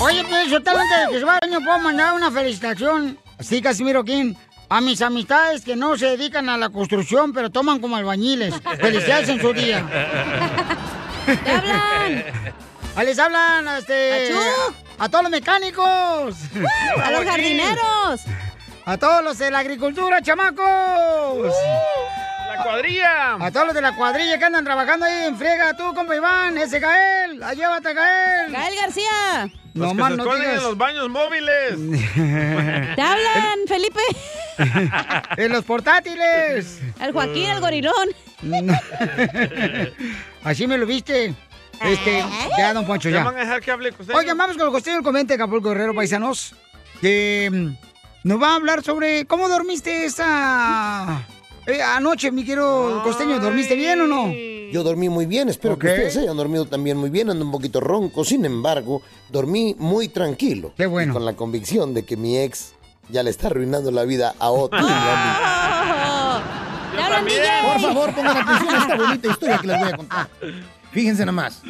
S2: Oye, pues yo tal antes de que se vaya el año puedo mandar una felicitación. Sí, Casimiro King. A mis amistades que no se dedican a la construcción, pero toman como albañiles. Felicidades en su día.
S17: ¡Te hablan!
S2: Ah, les hablan este,
S17: ¡Achú!
S2: a todos los mecánicos.
S17: ¡A los jardineros!
S2: A todos los de la agricultura, chamacos.
S4: La cuadrilla.
S2: A todos los de la cuadrilla que andan trabajando ahí en friega, tú, compa Iván, ese Gael, ahí llévate a Gael.
S3: Gael García.
S4: Los
S2: No
S4: que
S2: más
S4: se
S2: no
S4: esconden en
S2: digas.
S4: los baños móviles.
S3: ¡Te hablan,
S2: Eh.
S3: Felipe!
S2: ¡En los portátiles!
S3: El Joaquín, el gorilón.
S2: Así me lo viste. Este, ya, don Poncho,
S4: ¿Ya
S2: ya.
S4: van a dejar que hable con usted?
S2: Oigan, vamos con el costeño del comente Acapulco Guerrero Paisanos. Que mm, nos va a hablar sobre cómo dormiste esa eh, anoche, mi querido costeño. ¿Dormiste bien o no?
S15: Yo dormí muy bien, espero
S2: Ok.
S15: que ustedes hayan dormido también muy bien, ando un poquito ronco, sin embargo, dormí muy tranquilo. Qué bueno. con la convicción de que mi ex ya le está arruinando la vida a otro.
S12: Ah,
S3: ¡Te hablan, DJ!
S15: Por
S16: favor, pongan atención a esta bonita historia que les voy a contar. Fíjense nada más.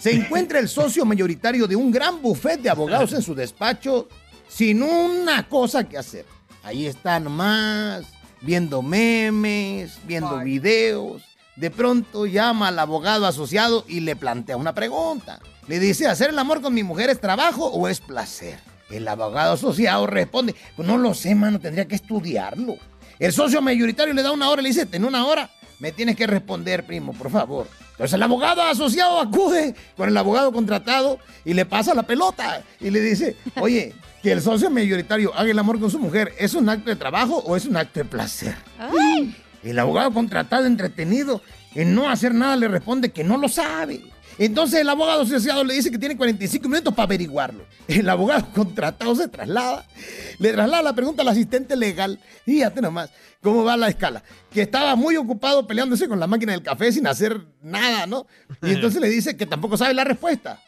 S16: Se encuentra el socio mayoritario de un gran buffet de abogados en su despacho sin una cosa que hacer. Ahí está nomás, viendo memes, viendo videos. De pronto llama al abogado asociado y le plantea una pregunta. Le dice, ¿hacer el amor con mi mujer es trabajo o es placer? El abogado asociado responde, pues no lo sé, mano, tendría que estudiarlo. El socio mayoritario le da una hora y le dice, en una hora me tienes que responder, primo, por favor. Entonces el abogado asociado acude con el abogado contratado y le pasa la pelota y le dice, oye, que el socio mayoritario haga el amor con su mujer, ¿es un acto de trabajo o es un acto de placer? El abogado contratado entretenido en no hacer nada le responde que no lo sabe. Entonces el abogado asociado le dice que tiene 45 minutos para averiguarlo. El abogado contratado se traslada, le traslada la pregunta al asistente legal. Fíjate nomás cómo va la escala. Que estaba muy ocupado peleándose con la máquina del café sin hacer nada, ¿no? Y entonces le dice que tampoco sabe la respuesta.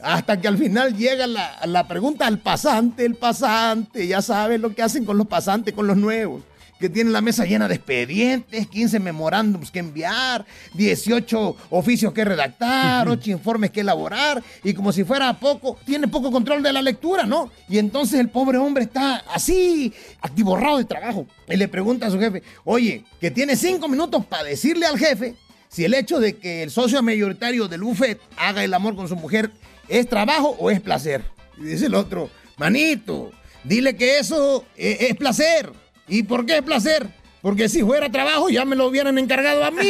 S16: Hasta que al final llega la, la pregunta al pasante, el pasante, ya sabes lo que hacen con los pasantes, con los nuevos, que tienen la mesa llena de expedientes, 15 memorándums que enviar, 18 oficios que redactar, 8 informes que elaborar, y como si fuera poco, tiene poco control de la lectura, ¿no? Y entonces el pobre hombre está así, atiborrado de trabajo, y le pregunta a su jefe, oye, que tiene 5 minutos para decirle al jefe si el hecho de que el socio mayoritario del buffet haga el amor con su mujer es trabajo o es placer. Y dice el otro, manito, dile que eso eh, es, placer. ¿Y por qué es placer? Porque si fuera trabajo ya me lo hubieran encargado a mí.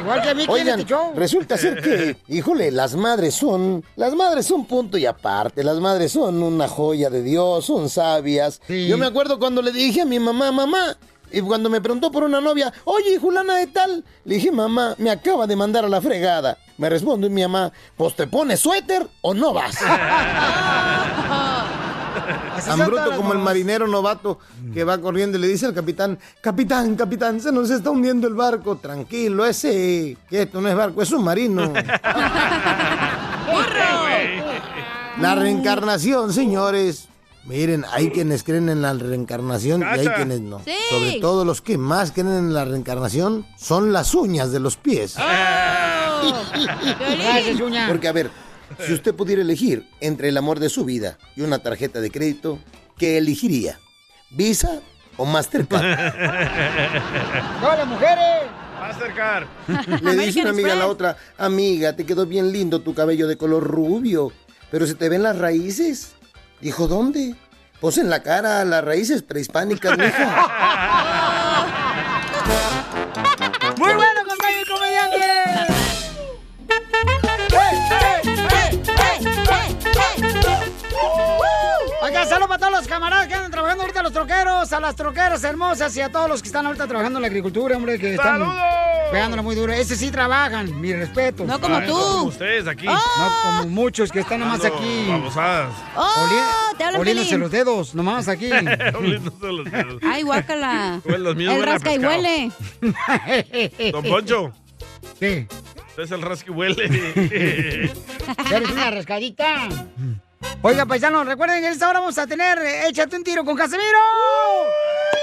S2: Igual que a mí, ¿quién
S15: Oigan,
S2: este show?
S15: resulta ser que, híjole, las madres son, las madres son punto y aparte, las madres son una joya de Dios, son sabias. Yo me acuerdo cuando le dije a mi mamá, mamá, y cuando me preguntó por una novia, oye, Julana de tal, le dije, mamá, me acaba de mandar a la fregada. Me responde mi mamá, pues te pones suéter o no vas. Tan
S16: son
S15: bruto
S16: todas las
S15: como el
S16: mamás.
S15: marinero novato que va corriendo y le dice al capitán, capitán, capitán, se nos está hundiendo el barco, tranquilo, ese, que esto no es barco, es submarino. La reencarnación, señores. Miren, hay quienes creen en la reencarnación y hay
S4: Cacha.
S15: quienes no.
S4: Sí.
S15: Sobre todo los que más creen en la reencarnación son las uñas de los pies.
S17: Gracias, uña.
S15: Porque, a ver, si usted pudiera elegir entre el amor de su vida y una tarjeta de crédito, ¿qué elegiría? ¿Visa o Mastercard?
S2: ¡Todas las mujeres!
S4: Va a acercar.
S15: Le dice una amiga a la otra, amiga, te quedó bien lindo tu cabello de color rubio, pero se te ven las raíces. Dijo, ¿dónde? Pues en la cara, las raíces prehispánicas, mija.
S2: Muy bueno, compañero, ¿cómo troqueros que andan trabajando ahorita, a los troqueros, a las troqueras hermosas y a todos los que están ahorita trabajando en la agricultura, hombre, que están
S4: ¡Saludos!
S2: pegándole muy duro. Ese sí trabajan, mi respeto.
S4: No como Ah, no tú. Ah. como ustedes aquí.
S2: No como muchos que están nomás
S4: Ando
S2: aquí.
S4: babosadas.
S3: ¡Oh!
S2: Olie-
S3: Te hablan,
S2: oliéndose
S3: Pelín.
S2: los dedos, nomás aquí.
S4: Oliéndose los dedos.
S3: Ay, guácala.
S2: Pues
S4: Bueno, los míos
S3: El
S4: huelen a
S3: rasca y
S4: pescado.
S3: huele.
S4: Don Poncho.
S2: ¿Qué?
S4: Es el rasqui huele.
S2: Eres una rascadita. Oiga, paisano, recuerden que en esta hora vamos a tener eh, Échate un tiro con Casimiro.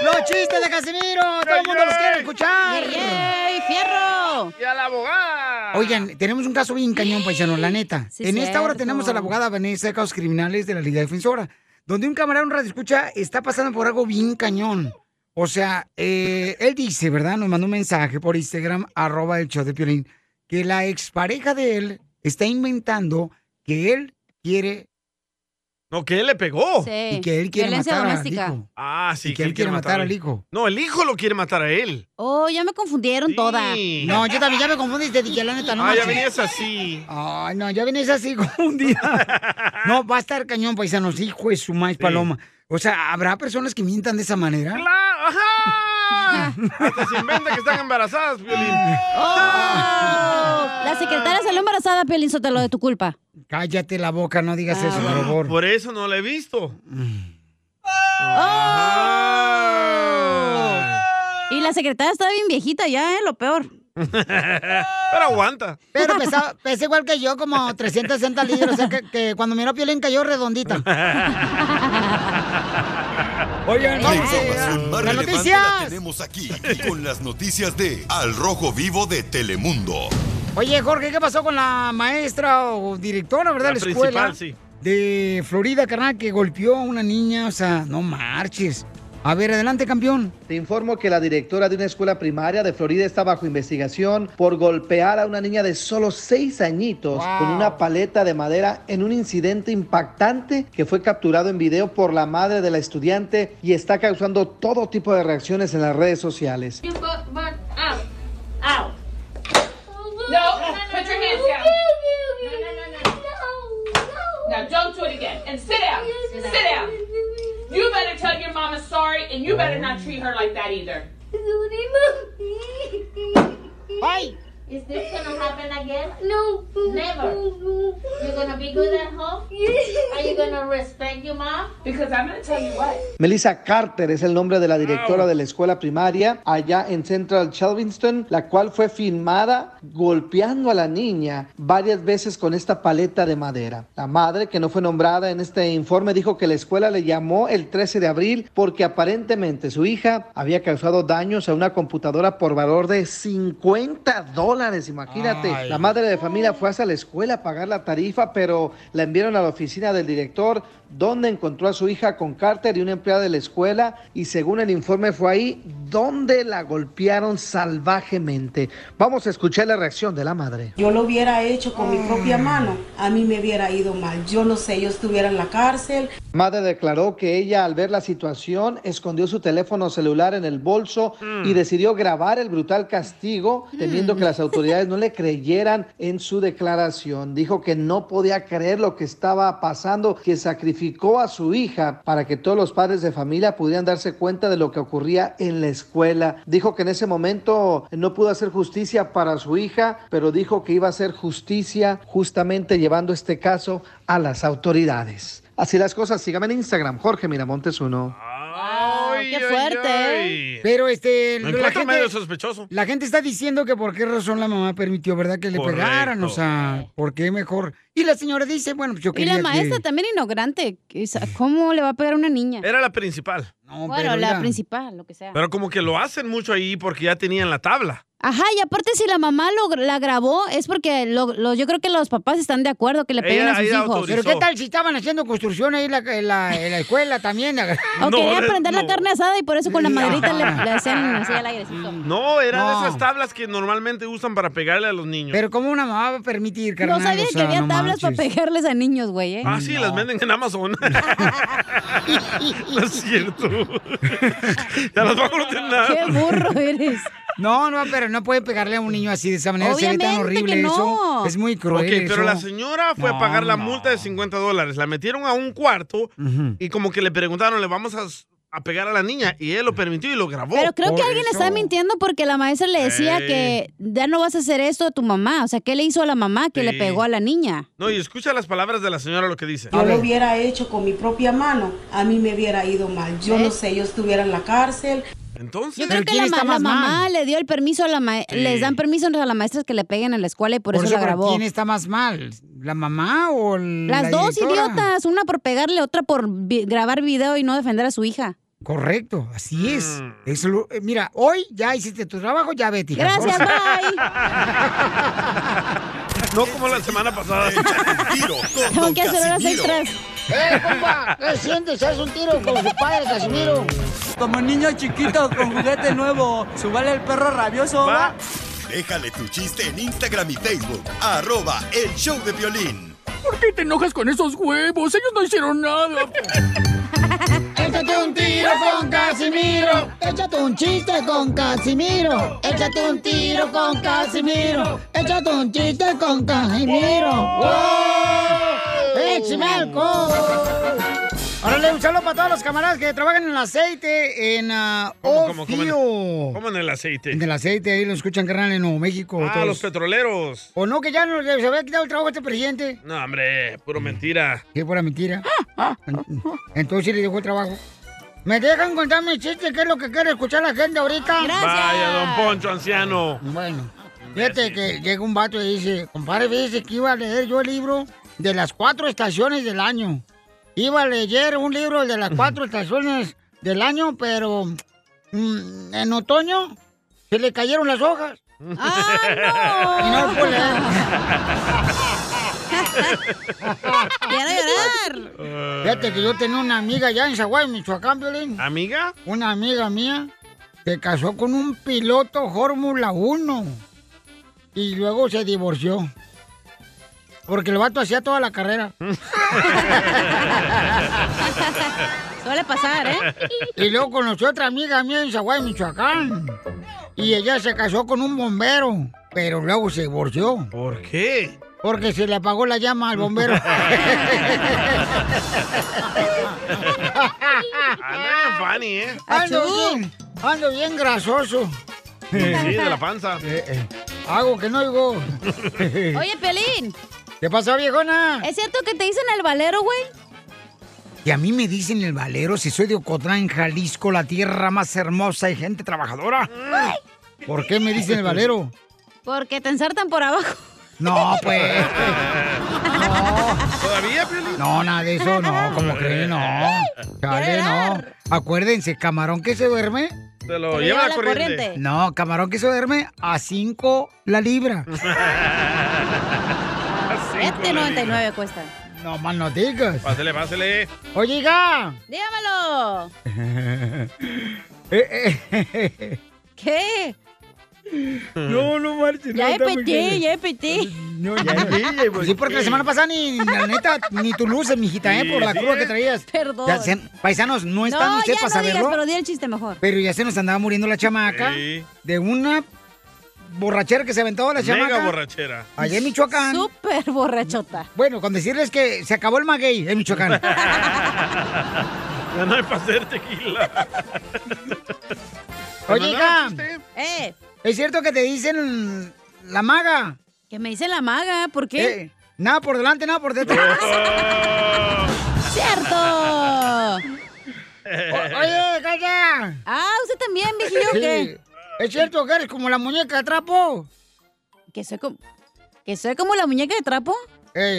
S2: Los chistes de Casimiro. Todo el mundo los quiere escuchar. fierro!
S4: ¡Y a la abogada!
S2: Oigan, tenemos un caso bien cañón, paisano, la neta.
S4: Sí,
S2: en esta hora
S4: cierto.
S2: tenemos a la abogada Vanessa de Casos Criminales de la Liga Defensora, donde un camarada, un radioescucha, está pasando por algo bien cañón. O sea, eh, él dice, ¿verdad? Nos mandó un mensaje por Instagram, arroba el show de Piolín, que la expareja de él está inventando que él quiere...
S4: No, que él le pegó.
S3: Sí.
S2: Y que él quiere
S3: Violencia
S2: matar
S3: doméstica.
S2: al hijo.
S4: Ah, sí.
S2: Y que él quiere matar al hijo.
S4: No, el hijo lo quiere matar a él.
S3: Oh, ya me confundieron toda.
S2: No, yo también ya me confundiste, DJ, la neta, no
S4: ah, ya
S2: manches.
S4: venías así.
S2: Ay, no, ya vienes así como un día. No, va a estar cañón, paisanos. Hijo de su maíz paloma. O sea, ¿habrá personas que mientan de esa manera?
S4: ¡Claro! ¡Ajá! Hasta se inventa que están embarazadas, Violín.
S3: Oh, La secretaria salió embarazada, Piolín Sotelo, de tu culpa.
S2: Cállate la boca, no digas eso, por favor.
S4: Ah. Por eso no la he visto.
S2: Mm.
S4: ¡Oh!
S3: Y la secretaria estaba bien viejita ya, ¿eh? Lo peor.
S4: Pero aguanta.
S2: Pero pesa, pesa igual que yo, como 360 libras. O sea, que, que cuando miró a Piolín cayó redondita. Oigan,
S6: La
S2: vamos
S6: información
S2: a... ¡Las
S6: más relevante la
S2: noticias!
S6: tenemos aquí, aquí con las noticias de Al Rojo Vivo de Telemundo.
S2: Oye, Jorge, ¿qué pasó con la maestra o directora, verdad,
S6: La
S2: la, escuela?
S6: principal, sí.
S2: De Florida, carnal, que golpeó a una niña. O sea, no marches. A ver, adelante, campeón.
S5: Te informo que la directora de una escuela primaria de Florida está bajo investigación por golpear a una niña de solo seis añitos con una paleta de madera en un incidente impactante que fue capturado en video por la madre de la estudiante y está causando todo tipo de reacciones en las redes sociales.
S17: You butt butt out. Out. No, put your hands down. No, no, no, no. Now jump to it again and sit down. Sit down. You better tell your mama sorry and you better not treat her like that either.
S2: Hey!
S17: Is this gonna happen again? No. Never. You're gonna be good at home? Are you gonna respect your mom? Because I'm gonna tell you what.
S5: Melissa Carter es el nombre de la directora de la escuela primaria allá en Central Shelvinston, la cual fue filmada golpeando a la niña varias veces con esta paleta de madera. La madre, que no fue nombrada en este informe, dijo que la escuela le llamó el 13 de abril porque aparentemente su hija había causado daños a una computadora por valor de 50 dólares, imagínate.
S20: Ay.
S5: La madre de familia fue hasta la escuela a pagar la tarifa, pero la enviaron a la oficina del director, donde encontró a su hija con Carter y una empleada de la escuela, y según el informe fue ahí donde la golpearon salvajemente. Vamos a escuchar la reacción de la madre.
S25: yo lo hubiera hecho con mi propia
S3: Mm.
S25: mano, a mí me hubiera ido mal. Yo no sé, yo estuviera en la cárcel.
S5: Madre declaró que ella al ver la situación escondió su teléfono celular en el bolso y decidió grabar el brutal castigo temiendo que las autoridades no le creyeran en su declaración. Dijo que no podía creer lo que estaba pasando, que sacrificó a su hija para que todos los padres de familia pudieran darse cuenta de lo que ocurría en la escuela. Dijo que en ese momento no pudo hacer justicia para su hija, pero dijo que iba a hacer justicia justamente llevando este caso a las autoridades. Así las cosas, sígame en Instagram, Jorge Miramontes 1.
S2: ¡Qué fuerte!
S3: ¿eh?
S2: Pero este...
S4: Me
S2: la
S4: encuentro
S2: gente-
S4: medio sospechoso.
S2: La gente está diciendo que por qué razón la mamá permitió, ¿verdad? Que le
S4: Correcto.
S2: pegaran, o sea, ¿por qué mejor? Y la señora dice, bueno, pues yo
S3: Y
S2: quería
S3: la maestra
S2: que...
S3: también ignorante. O sea, ¿Cómo le va a pegar a una niña?
S4: Era la principal.
S3: bueno, la principal, lo que sea.
S4: Pero como que lo hacen mucho ahí porque ya tenían la tabla.
S3: Ajá, y aparte si la mamá lo, la grabó es porque lo- lo- yo creo que los papás están de acuerdo que le peguen a sus hijos.
S2: Pero ¿qué tal si estaban haciendo construcción ahí en la, en la- en la escuela también?
S3: O
S4: eh,
S3: querían prender la carne asada y por eso con la maderita le, le hacían así al airecito.
S4: No, eran
S2: No.
S4: esas tablas que normalmente usan para pegarle a los niños.
S2: Pero ¿cómo una mamá va a permitir, carnal?
S3: No sabía
S4: o sea,
S3: que había
S4: no
S3: tablas para
S4: manches.
S3: pegarles a niños, güey, ¿eh?
S4: Ah, sí, las venden en Amazon. no es cierto. ya las vamos a ordenar.
S3: Qué burro eres.
S2: No, no, pero no puede pegarle a un niño así de esa manera. se ve tan
S4: Obviamente
S2: horrible
S4: que no.
S2: eso. Es muy cruel.
S4: Ok, pero
S2: eso.
S4: la señora fue
S2: No,
S4: a pagar la
S2: no.
S4: multa de 50 dólares. La metieron a un cuarto y como que le preguntaron, le vamos a, a pegar a la niña. Y él lo permitió y lo grabó.
S3: Pero creo que alguien le está mintiendo porque la maestra le decía
S4: Ey.
S3: que ya no vas a hacer esto a tu mamá. O sea, ¿qué le hizo a la mamá que le
S4: Sí.
S3: pegó a la niña?
S4: No, y escucha las palabras de la señora lo que dice.
S25: Yo lo hubiera hecho con mi propia mano, a mí me hubiera ido mal. Yo no sé, yo estuviera en la cárcel.
S4: Entonces,
S3: ¿Eh? Yo creo que la, ma- la mamá le dio el permiso a la ma-
S2: Sí.
S3: les dan permiso a las maestras que le peguen en la escuela y por, eso, la
S2: pero
S3: grabó.
S2: ¿Quién está más mal? ¿La mamá o el-
S3: Las
S2: la
S3: dos
S2: directora?
S3: idiotas, una por pegarle, otra por vi- grabar video y no defender a su hija.
S2: Correcto, así es.
S1: Mm.
S2: Eso lo- eh, mira, hoy ya hiciste tu trabajo, ya vete. hija.
S3: Gracias,
S2: Ahora sí.
S4: No como la semana pasada.
S2: Tengo que hacer horas Casimiro. extras.
S1: ¡Eh, compa! ¿Qué sientes? ¿Haz un tiro con su padre, Casimiro?
S7: Como niño chiquito con juguete nuevo, subale el perro rabioso. ¿va?
S6: Déjale tu chiste en Instagram y Facebook. Arroba El Show de Violín.
S19: ¿Por qué te enojas con esos huevos? Ellos no hicieron nada.
S1: Échate un tiro con Casimiro. Échate un chiste con Casimiro. Échate un tiro con Casimiro. Échate un chiste con Casimiro. ¡Wow! ¡Échame alcohol!
S2: Órale, un saludo para todos los camaradas que trabajan en el aceite, en ah,
S4: Como, como en,
S2: Ofio.
S4: como en el aceite.
S2: En el aceite, ahí lo escuchan, carnal, en Nuevo México.
S4: Ah,
S2: todos.
S4: los petroleros.
S2: O no, que ya no, se había quitado el trabajo este presidente.
S4: No, hombre, puro mentira.
S2: Qué pura mentira. Entonces le dejó el trabajo. ¿Me dejan contar mi chiste? ¿Qué es lo que quiere escuchar la gente ahorita?
S4: Vaya, don Poncho, anciano.
S2: Bueno, fíjate que llega un vato y dice, compadre, fíjese que iba a leer yo el libro de las cuatro estaciones del año. Iba a leer un libro de las cuatro estaciones del año, pero mm, en otoño se le cayeron las hojas. Y no pues, lo pude
S3: ¡Quiero
S2: llorar! Fíjate que yo tenía una amiga allá en Zaguay, Michoacán, Piolín.
S4: ¿Amiga?
S2: Una amiga mía se casó con un piloto Fórmula 1 y luego se divorció. Porque el vato hacía toda la carrera.
S3: Suele pasar, ¿eh?
S2: Y luego conoció otra amiga mía en Zaguay, Michoacán. Y ella se casó con un bombero, pero luego se divorció.
S4: ¿Por qué?
S2: Porque se le apagó la llama al bombero.
S4: Anda bien funny, ¿eh?
S2: Ando bien, ando bien grasoso. Eh,
S4: Sí, de la panza.
S2: Hago que no digo.
S3: Oye, Pelín,
S2: ¿Qué pasó, viejona?
S3: ¿es cierto que te dicen el valero, güey?
S2: Y a mí me dicen el valero si soy de Ocotlán, Jalisco, la tierra más hermosa y gente trabajadora. ¿Por qué me dicen el valero?
S3: Porque te ensartan por abajo.
S2: No, pues. Oh.
S4: ¿Todavía, Piolín?
S2: No, nada de eso, no. Como creen, no. Chale, no. Acuérdense, camarón que se duerme.
S4: Te lo lleva la corriente.
S2: No, camarón que se duerme a 5 la libra.
S3: Este 99 cuesta.
S2: No más no digas.
S4: Pásele, pásele.
S2: Oye, hija.
S3: Dígamelo.
S2: Eh, eh,
S3: ¿Qué?
S2: No, no marches.
S3: Ya
S2: no, está muy
S3: peté,
S2: bien.
S3: ya peté.
S2: No, ya, Sí, porque la semana pasada ni, la neta, ni tu luces, mijita, ¿eh? Por la
S3: Sí,
S2: cruda
S3: sí.
S2: que traías.
S3: Perdón.
S2: Ya se- paisanos, no están ustedes
S3: ya
S2: para
S3: no digas,
S2: saberlo.
S3: pero di el chiste mejor.
S2: Pero ya se nos andaba muriendo la chamaca
S4: Sí.
S2: de una borrachera que se aventó la
S4: Mega
S2: chamaca.
S4: borrachera.
S2: Allá en Michoacán.
S3: Súper borrachota.
S2: Bueno, con decirles que se acabó el maguey en Michoacán.
S4: Ya no hay para hacer tequila.
S2: Oye, hija,
S3: Eh,
S2: ¿es cierto que te dicen la maga?
S3: que me dice la maga, ¿por qué?
S2: Eh, nada por delante, nada por detrás.
S3: ¡Cierto!
S2: O- oye, calla.
S3: Ah, usted también, viejillo, ¿qué?
S2: ¿Es cierto que eres como la muñeca de trapo?
S3: ¿Que soy como, ¿que soy como la muñeca de trapo?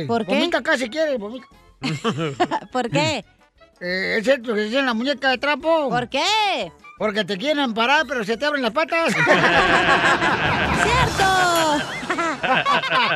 S3: ¿Por qué?
S2: Vomita acá si quieres, vomita.
S3: ¿Por qué?
S2: Eh, es cierto que tienen la muñeca de trapo. ¿Por
S3: qué?
S2: Porque te quieren parar, pero se te abren las patas.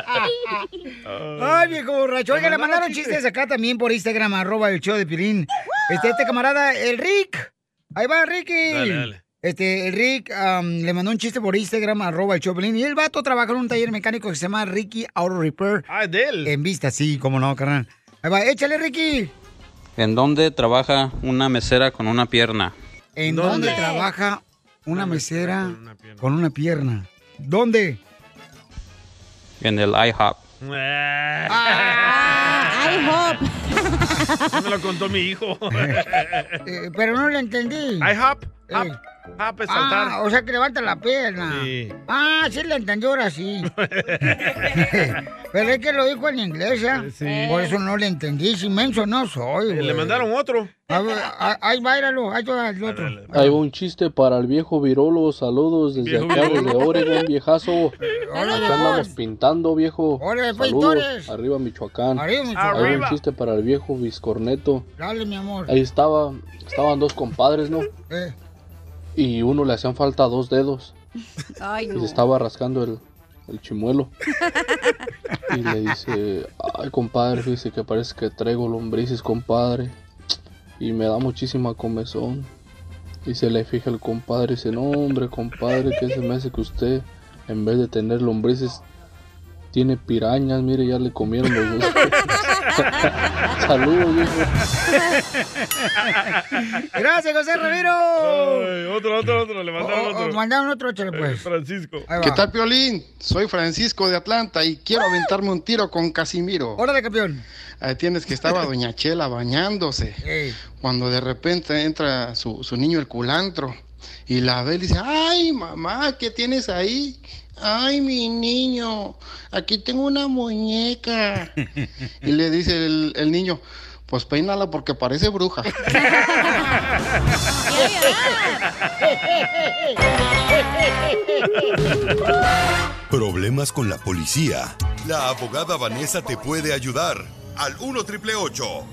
S2: Ay, viejo borracho. Oiga, le mandaron chistes acá también por Instagram, arroba el show de Pilín. Este, este camarada, el Rick. Ahí va, Ricky.
S4: Dale, dale.
S2: Este, el Rick am, le mandó un chiste por Instagram, arroba el show de Pilín. Y el vato trabaja en un taller mecánico que se llama Ricky Auto Repair.
S4: Ah, es de él.
S2: En vista, sí, cómo no, carnal. Ahí va, échale, Ricky.
S26: ¿En dónde trabaja una mesera con una pierna?
S2: ¿En dónde, trabaja Una mesera con una pierna. ¿Dónde?
S3: En el IHOP.
S2: Ah,
S4: Eso me lo contó mi hijo.
S2: Eh, pero no lo entendí.
S4: I hop, hop,
S2: Eh.
S4: hop es saltar.
S2: Ah, o sea que levanta la pierna.
S4: Sí.
S2: Ah, sí la entendió ahora sí. Pero es que lo dijo en inglés, ¿ya?
S4: Sí.
S2: Por eso no le entendí. Si menso no soy,
S4: Le
S2: güey.
S4: mandaron otro.
S2: A ver, a- Ahí va, íralo, ahí va el otro.
S27: Ahí va un chiste para el viejo Virolo. Saludos desde
S4: Viejo
S27: acá,
S4: Virolo.
S27: desde Oregon, viejazo.
S2: Hola,
S27: Acá andamos pintando, viejo.
S2: pues. Órale, pues, Torres.
S27: Saludos. Arriba, Michoacán.
S2: Arriba, Michoacán.
S27: Ahí va
S2: Arriba.
S27: un chiste para el viejo Viscorneto.
S2: Dale, mi amor.
S27: Ahí estaba, estaban dos compadres, ¿no?
S2: Eh.
S27: Y uno le hacían falta dos dedos.
S15: Ay,
S27: Y
S15: no.
S27: le estaba rascando el, el chimuelo. Y le dice, ay compadre, fíjese que parece que traigo lombrices, compadre. Y me da muchísima comezón. Y se le fija el compadre y dice, no hombre, compadre, que se me hace que usted, en vez de tener lombrices, tiene pirañas, mire, ya le comieron los dos. Saludos,
S2: Gracias, José Ramiro.
S4: Ay, otro, otro, otro. Le mandaron
S2: Oh, oh,
S4: otro.
S2: mandaron otro, chale, pues.
S4: Eh, Francisco.
S7: ¿Qué tal, Piolín? Soy Francisco de Atlanta y quiero aventarme un tiro con Casimiro.
S2: Órale, campeón.
S7: Ahí tienes que estaba Doña Chela bañándose. Cuando de repente entra su, su niño el culantro y la ve y le dice, ay, mamá, ¿qué tienes ahí? Ay, mi niño, aquí tengo una muñeca. Y le dice el, el niño, pues peínala porque parece bruja.
S6: Problemas con la policía. La abogada Vanessa te puede ayudar. Al 1 848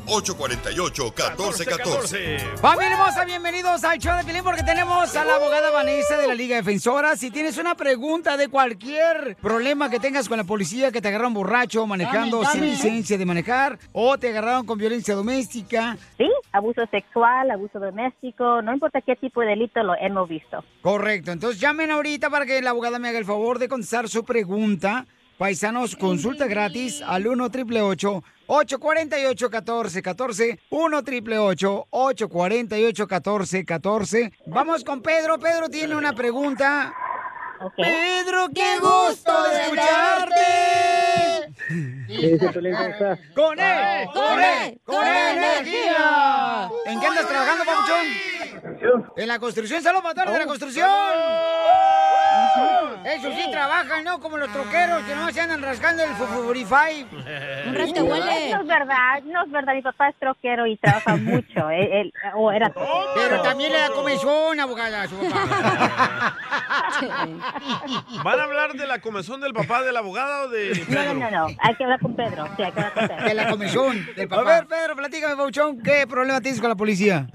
S6: 1414
S2: Familia hermosa, bienvenidos al show de Pilín porque tenemos a la abogada Vanessa de la Liga Defensora. Si tienes una pregunta de cualquier problema que tengas con la policía, que te agarraron borracho, manejando
S26: Dame, dame.
S2: sin licencia de manejar, o te agarraron con violencia doméstica.
S26: Sí, abuso sexual, abuso doméstico, no importa qué tipo de delito lo hemos visto.
S2: Correcto, entonces llamen ahorita para que la abogada me haga el favor de contestar su pregunta. Paisanos, consulta gratis al 1 888 848 1414 1 888 848 1414 Vamos con Pedro. Pedro tiene una pregunta. Pedro, qué gusto de escucharte. Con él, con él, con energía. ¿En qué andas trabajando, papuchón? En la construcción, Oh. saludos para todos los de la construcción. Eso sí trabajan, ¿no? Como los troqueros que no se andan rascando el 45. Un
S26: No es verdad, no es verdad. Mi papá es troquero y trabaja mucho. Él, él- o era troquero.
S2: Pero también le da comezón, abogada, a su papá.
S4: ¿Van a hablar de la comezón del papá de la abogada o de
S26: No, no, no, no. Hay que hablar con Pedro. Sí, hay que hablar con Pedro.
S2: De la comezón del papá. A ver, Pedro, platícame, papuchón, ¿qué problema tienes con la policía?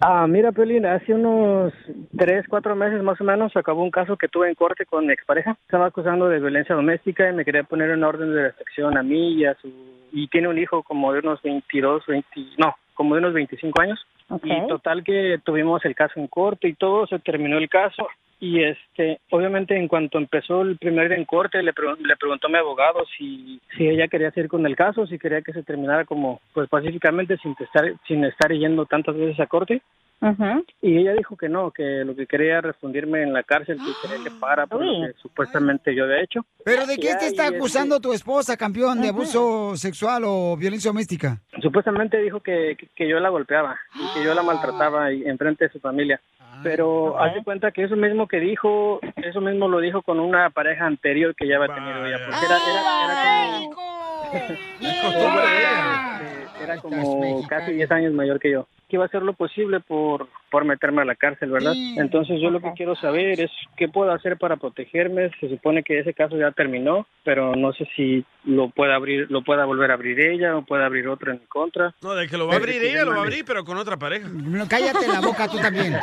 S28: Ah, mira, Piolín, hace unos tres, cuatro meses más o menos se acabó un caso que tuve en corte con mi expareja. Estaba acusando de violencia doméstica y me quería poner una orden de restricción a mí y a su... Y tiene un hijo como de unos 22, 20... No, como de unos 25 años.
S26: Ok.
S28: Y total que tuvimos el caso en corte y todo, se terminó el caso. Y este, obviamente en cuanto empezó el primer día en corte, le, pregun- le preguntó a mi abogado si, si ella quería seguir con el caso, si quería que se terminara como, pues pacíficamente, sin estar, sin estar yendo tantas veces a corte.
S26: Ujú.
S28: Y ella dijo que no, que lo que quería era refundirme en la cárcel, que quería que para por lo que supuestamente yo había hecho.
S2: ¿Pero de qué
S28: Ya,
S2: te está
S28: y este,
S2: acusando tu esposa, campeón, de abuso sexual o violencia doméstica?
S28: Supuestamente dijo que, que, que yo la golpeaba y que yo la maltrataba y enfrente de su familia.
S2: Ah.
S28: Pero
S2: ok.
S28: hace cuenta que eso mismo que dijo, eso mismo lo dijo con una pareja anterior que ya había tenido ella. Porque era,
S13: Ah,
S28: era, era
S13: Né?
S28: como, este, era como casi 10 años mayor que yo. Que iba a hacer lo posible por, por meterme a la cárcel, ¿verdad?
S14: Sí.
S28: Entonces yo lo que quiero saber es qué puedo hacer para protegerme. Se supone que ese caso ya terminó, pero no sé si lo pueda abrir, lo pueda volver a abrir ella o pueda abrir otro en mi contra.
S4: No, de que lo va a
S28: Pero
S4: abrir
S28: que
S4: ella, lo va a
S28: llaman-
S4: abrir, pero con otra pareja.
S2: No, cállate la boca tú también.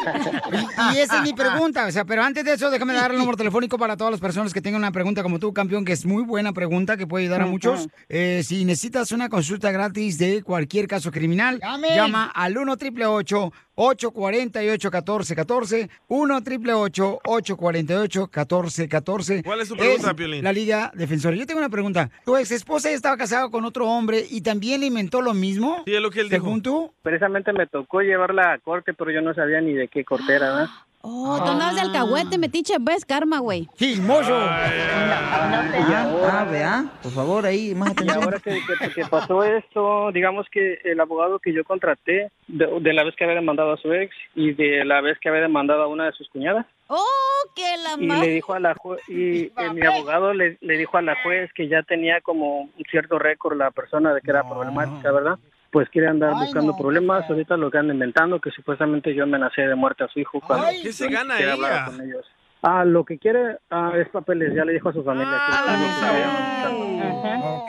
S2: Y, y esa es mi pregunta, o sea, pero antes de eso déjame dar el número telefónico para todas las personas que tengan una pregunta como tú, campeón, que es muy buena pregunta que puede ayudar a muchos. Eh, si necesitas una consulta gratis de cualquier caso criminal,
S29: Llamen.
S2: llama al 1 888 848 1414 1 888 848 1414
S4: ¿Cuál es su pregunta, Piolín?
S2: La Liga Defensora. Yo tengo una pregunta. ¿Tu ex esposa estaba casada con otro hombre y también le inventó lo mismo?
S28: Sí, es lo que él
S2: Según tú.
S28: Precisamente me tocó llevarla a corte, pero yo no sabía ni de qué corte era, ¿verdad?
S3: Oh, tú andabas de alcahuete,
S2: Ah.
S3: metiche, ves, karma, güey.
S2: ¡Chismoso!
S3: Ya,
S7: ah, vea, por favor, ahí, más
S28: Y
S7: atención.
S28: ahora que, que- que pasó esto, digamos que el abogado que yo contraté, de, de la vez que había demandado a su ex y de la vez que había demandado a una de sus cuñadas,
S3: ¡Oh, que la
S28: y
S3: ma-
S28: le dijo a la jue- y eh, mi abogado le, le dijo a la juez que ya tenía como un cierto récord la persona de que era problemática, ¿verdad? Pues quiere andar buscando problemas, ahorita lo que anda inventando, que supuestamente yo amenacé de muerte a su hijo cuando
S4: Ay, ¿qué
S28: yo
S4: se
S28: ni
S4: gana
S28: siquiera hablaba
S4: ella?
S28: con ellos. Ah, lo que quiere ah, es papeles, ya le dijo a su familia.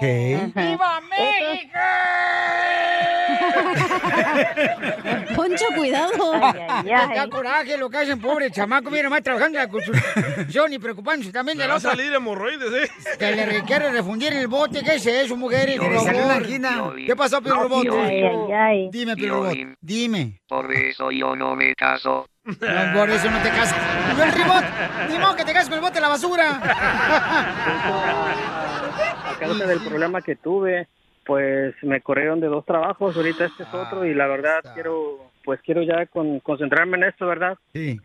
S28: que es lo que quería.
S17: ¡Viva México!
S2: Poncho, cuidado.
S17: Ay, ay, ay.
S2: Da coraje lo que hacen, pobre chamaco. Viene más trabajando en la construcción y preocupándose también de
S4: Me
S2: la
S4: va a
S2: otra.
S4: salir hemorroides, ¿eh?
S2: Que le requiere refundir el bote. ¿Qué es eso, mujeres?
S4: Yo
S2: Por
S4: vi,
S2: favor.
S4: yo vi.
S2: ¿Qué pasó, Pio
S4: No,
S2: Robot?
S4: yo vi. Ay,
S2: Dime, Pio
S4: Yo
S2: Robot.
S4: vi.
S2: Dime.
S11: Por eso yo no me caso.
S2: No, por eso no te casas. Yo el robot. Ni modo que te cases con el bote de la
S28: Ah,
S2: basura.
S28: a causa del problema que tuve, pues me corrieron de dos trabajos, ahorita este
S2: Ah,
S28: es otro y la verdad quiero, pues quiero ya con- concentrarme en esto, ¿verdad?
S26: ¿Ella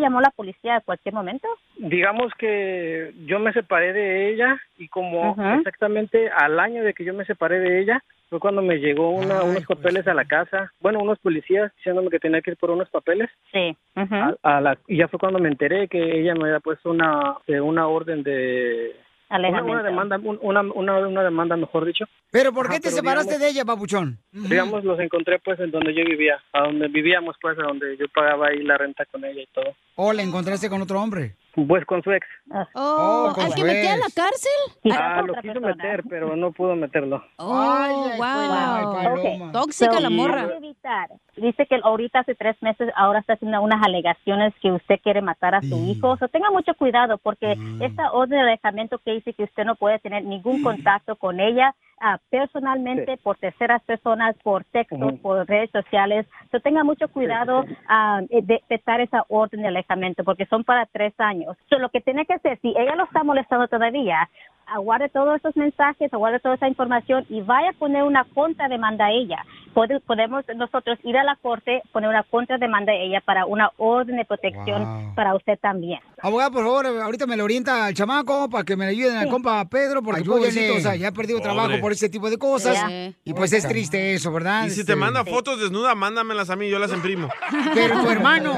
S26: llamó a la policía a cualquier momento?
S28: Digamos que yo me separé de ella y como
S26: Ajá.
S28: exactamente al año de que yo me separé de ella, fue cuando me llegó una- unos
S2: pues
S28: papeles a la casa, bueno, unos policías diciéndome que tenía que ir por unos papeles.
S26: Sí. ujú.
S28: A la- y ya fue cuando me enteré que ella me había puesto una, eh, una orden de... una-
S17: Alejamiento.
S28: Una, demanda, un- una, una, una demanda, mejor dicho.
S2: Pero ¿por qué
S28: Ajá,
S2: te
S28: Ah, pero
S2: separaste
S28: digamos-
S2: de ella, papuchón?
S28: digamos los encontré pues en donde yo vivía, a donde vivíamos pues, a donde yo pagaba ahí la renta con ella y todo.
S2: ¿O la encontraste con otro hombre?
S28: Pues con su ex.
S3: Oh,
S28: Oh, con
S3: ¿al que
S28: su
S3: metía a la
S28: ex.
S3: cárcel?
S28: Ah, lo quiso meter, pero no pudo meterlo.
S3: Oh, wow.
S26: Ok.
S3: Tóxica
S26: So,
S3: la morra.
S26: quiere evitar. Dice que ahorita hace tres meses ahora está haciendo unas alegaciones que usted quiere matar a su hijo. O sea, tenga mucho cuidado porque esta orden de alejamiento que dice que usted no puede tener ningún contacto con ella ah, personalmente, Mm. Sí. por terceras personas, por textos, Ujú. por redes sociales. So, tenga mucho cuidado ah, de respetar esa orden de alejamiento porque son para tres años. So, lo que tiene que hacer, si ella lo está molestando todavía, aguarde todos esos mensajes, aguarde toda esa información y vaya a poner una contrademanda a ella. Pod- Podemos nosotros ir a la corte, poner una contrademanda a ella para una orden de protección
S2: Wow.
S26: para usted también.
S2: Abogado, por favor, ahorita me lo orienta al chamaco para que me le ayuden al compa Pedro, porque
S26: Ayúdenle.
S2: pobrecito, o sea, ya ha perdido
S4: Pobre.
S2: trabajo por ese tipo de cosas.
S4: Sí.
S2: Y pues es triste eso, ¿verdad?
S4: Y si
S2: Este,
S4: te manda fotos desnuda, mándamelas a mí, yo las imprimo.
S2: Pero tu hermano.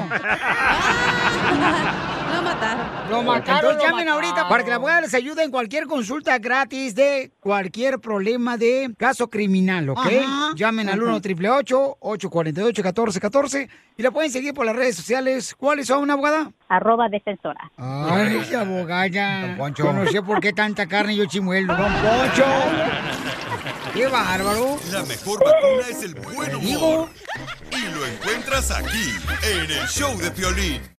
S3: Lo matar.
S2: Lo mataron. Entonces llamen ahorita para que la abogada les ayude en cualquier consulta gratis de cualquier problema de caso criminal, ¿ok?
S1: Ajá.
S2: Llamen al
S1: Ajá.
S2: 1 888 848 1414 y la pueden seguir por las redes sociales. ¿Cuáles son, abogada?
S26: Arroba defensora.
S2: Ay, abogada. Don Poncho. Yo no sé por qué tanta carne y yo chimuelo. Don Poncho. Qué bárbaro.
S6: La mejor vacuna es el buen humor. Y lo encuentras aquí, en el show de Piolín.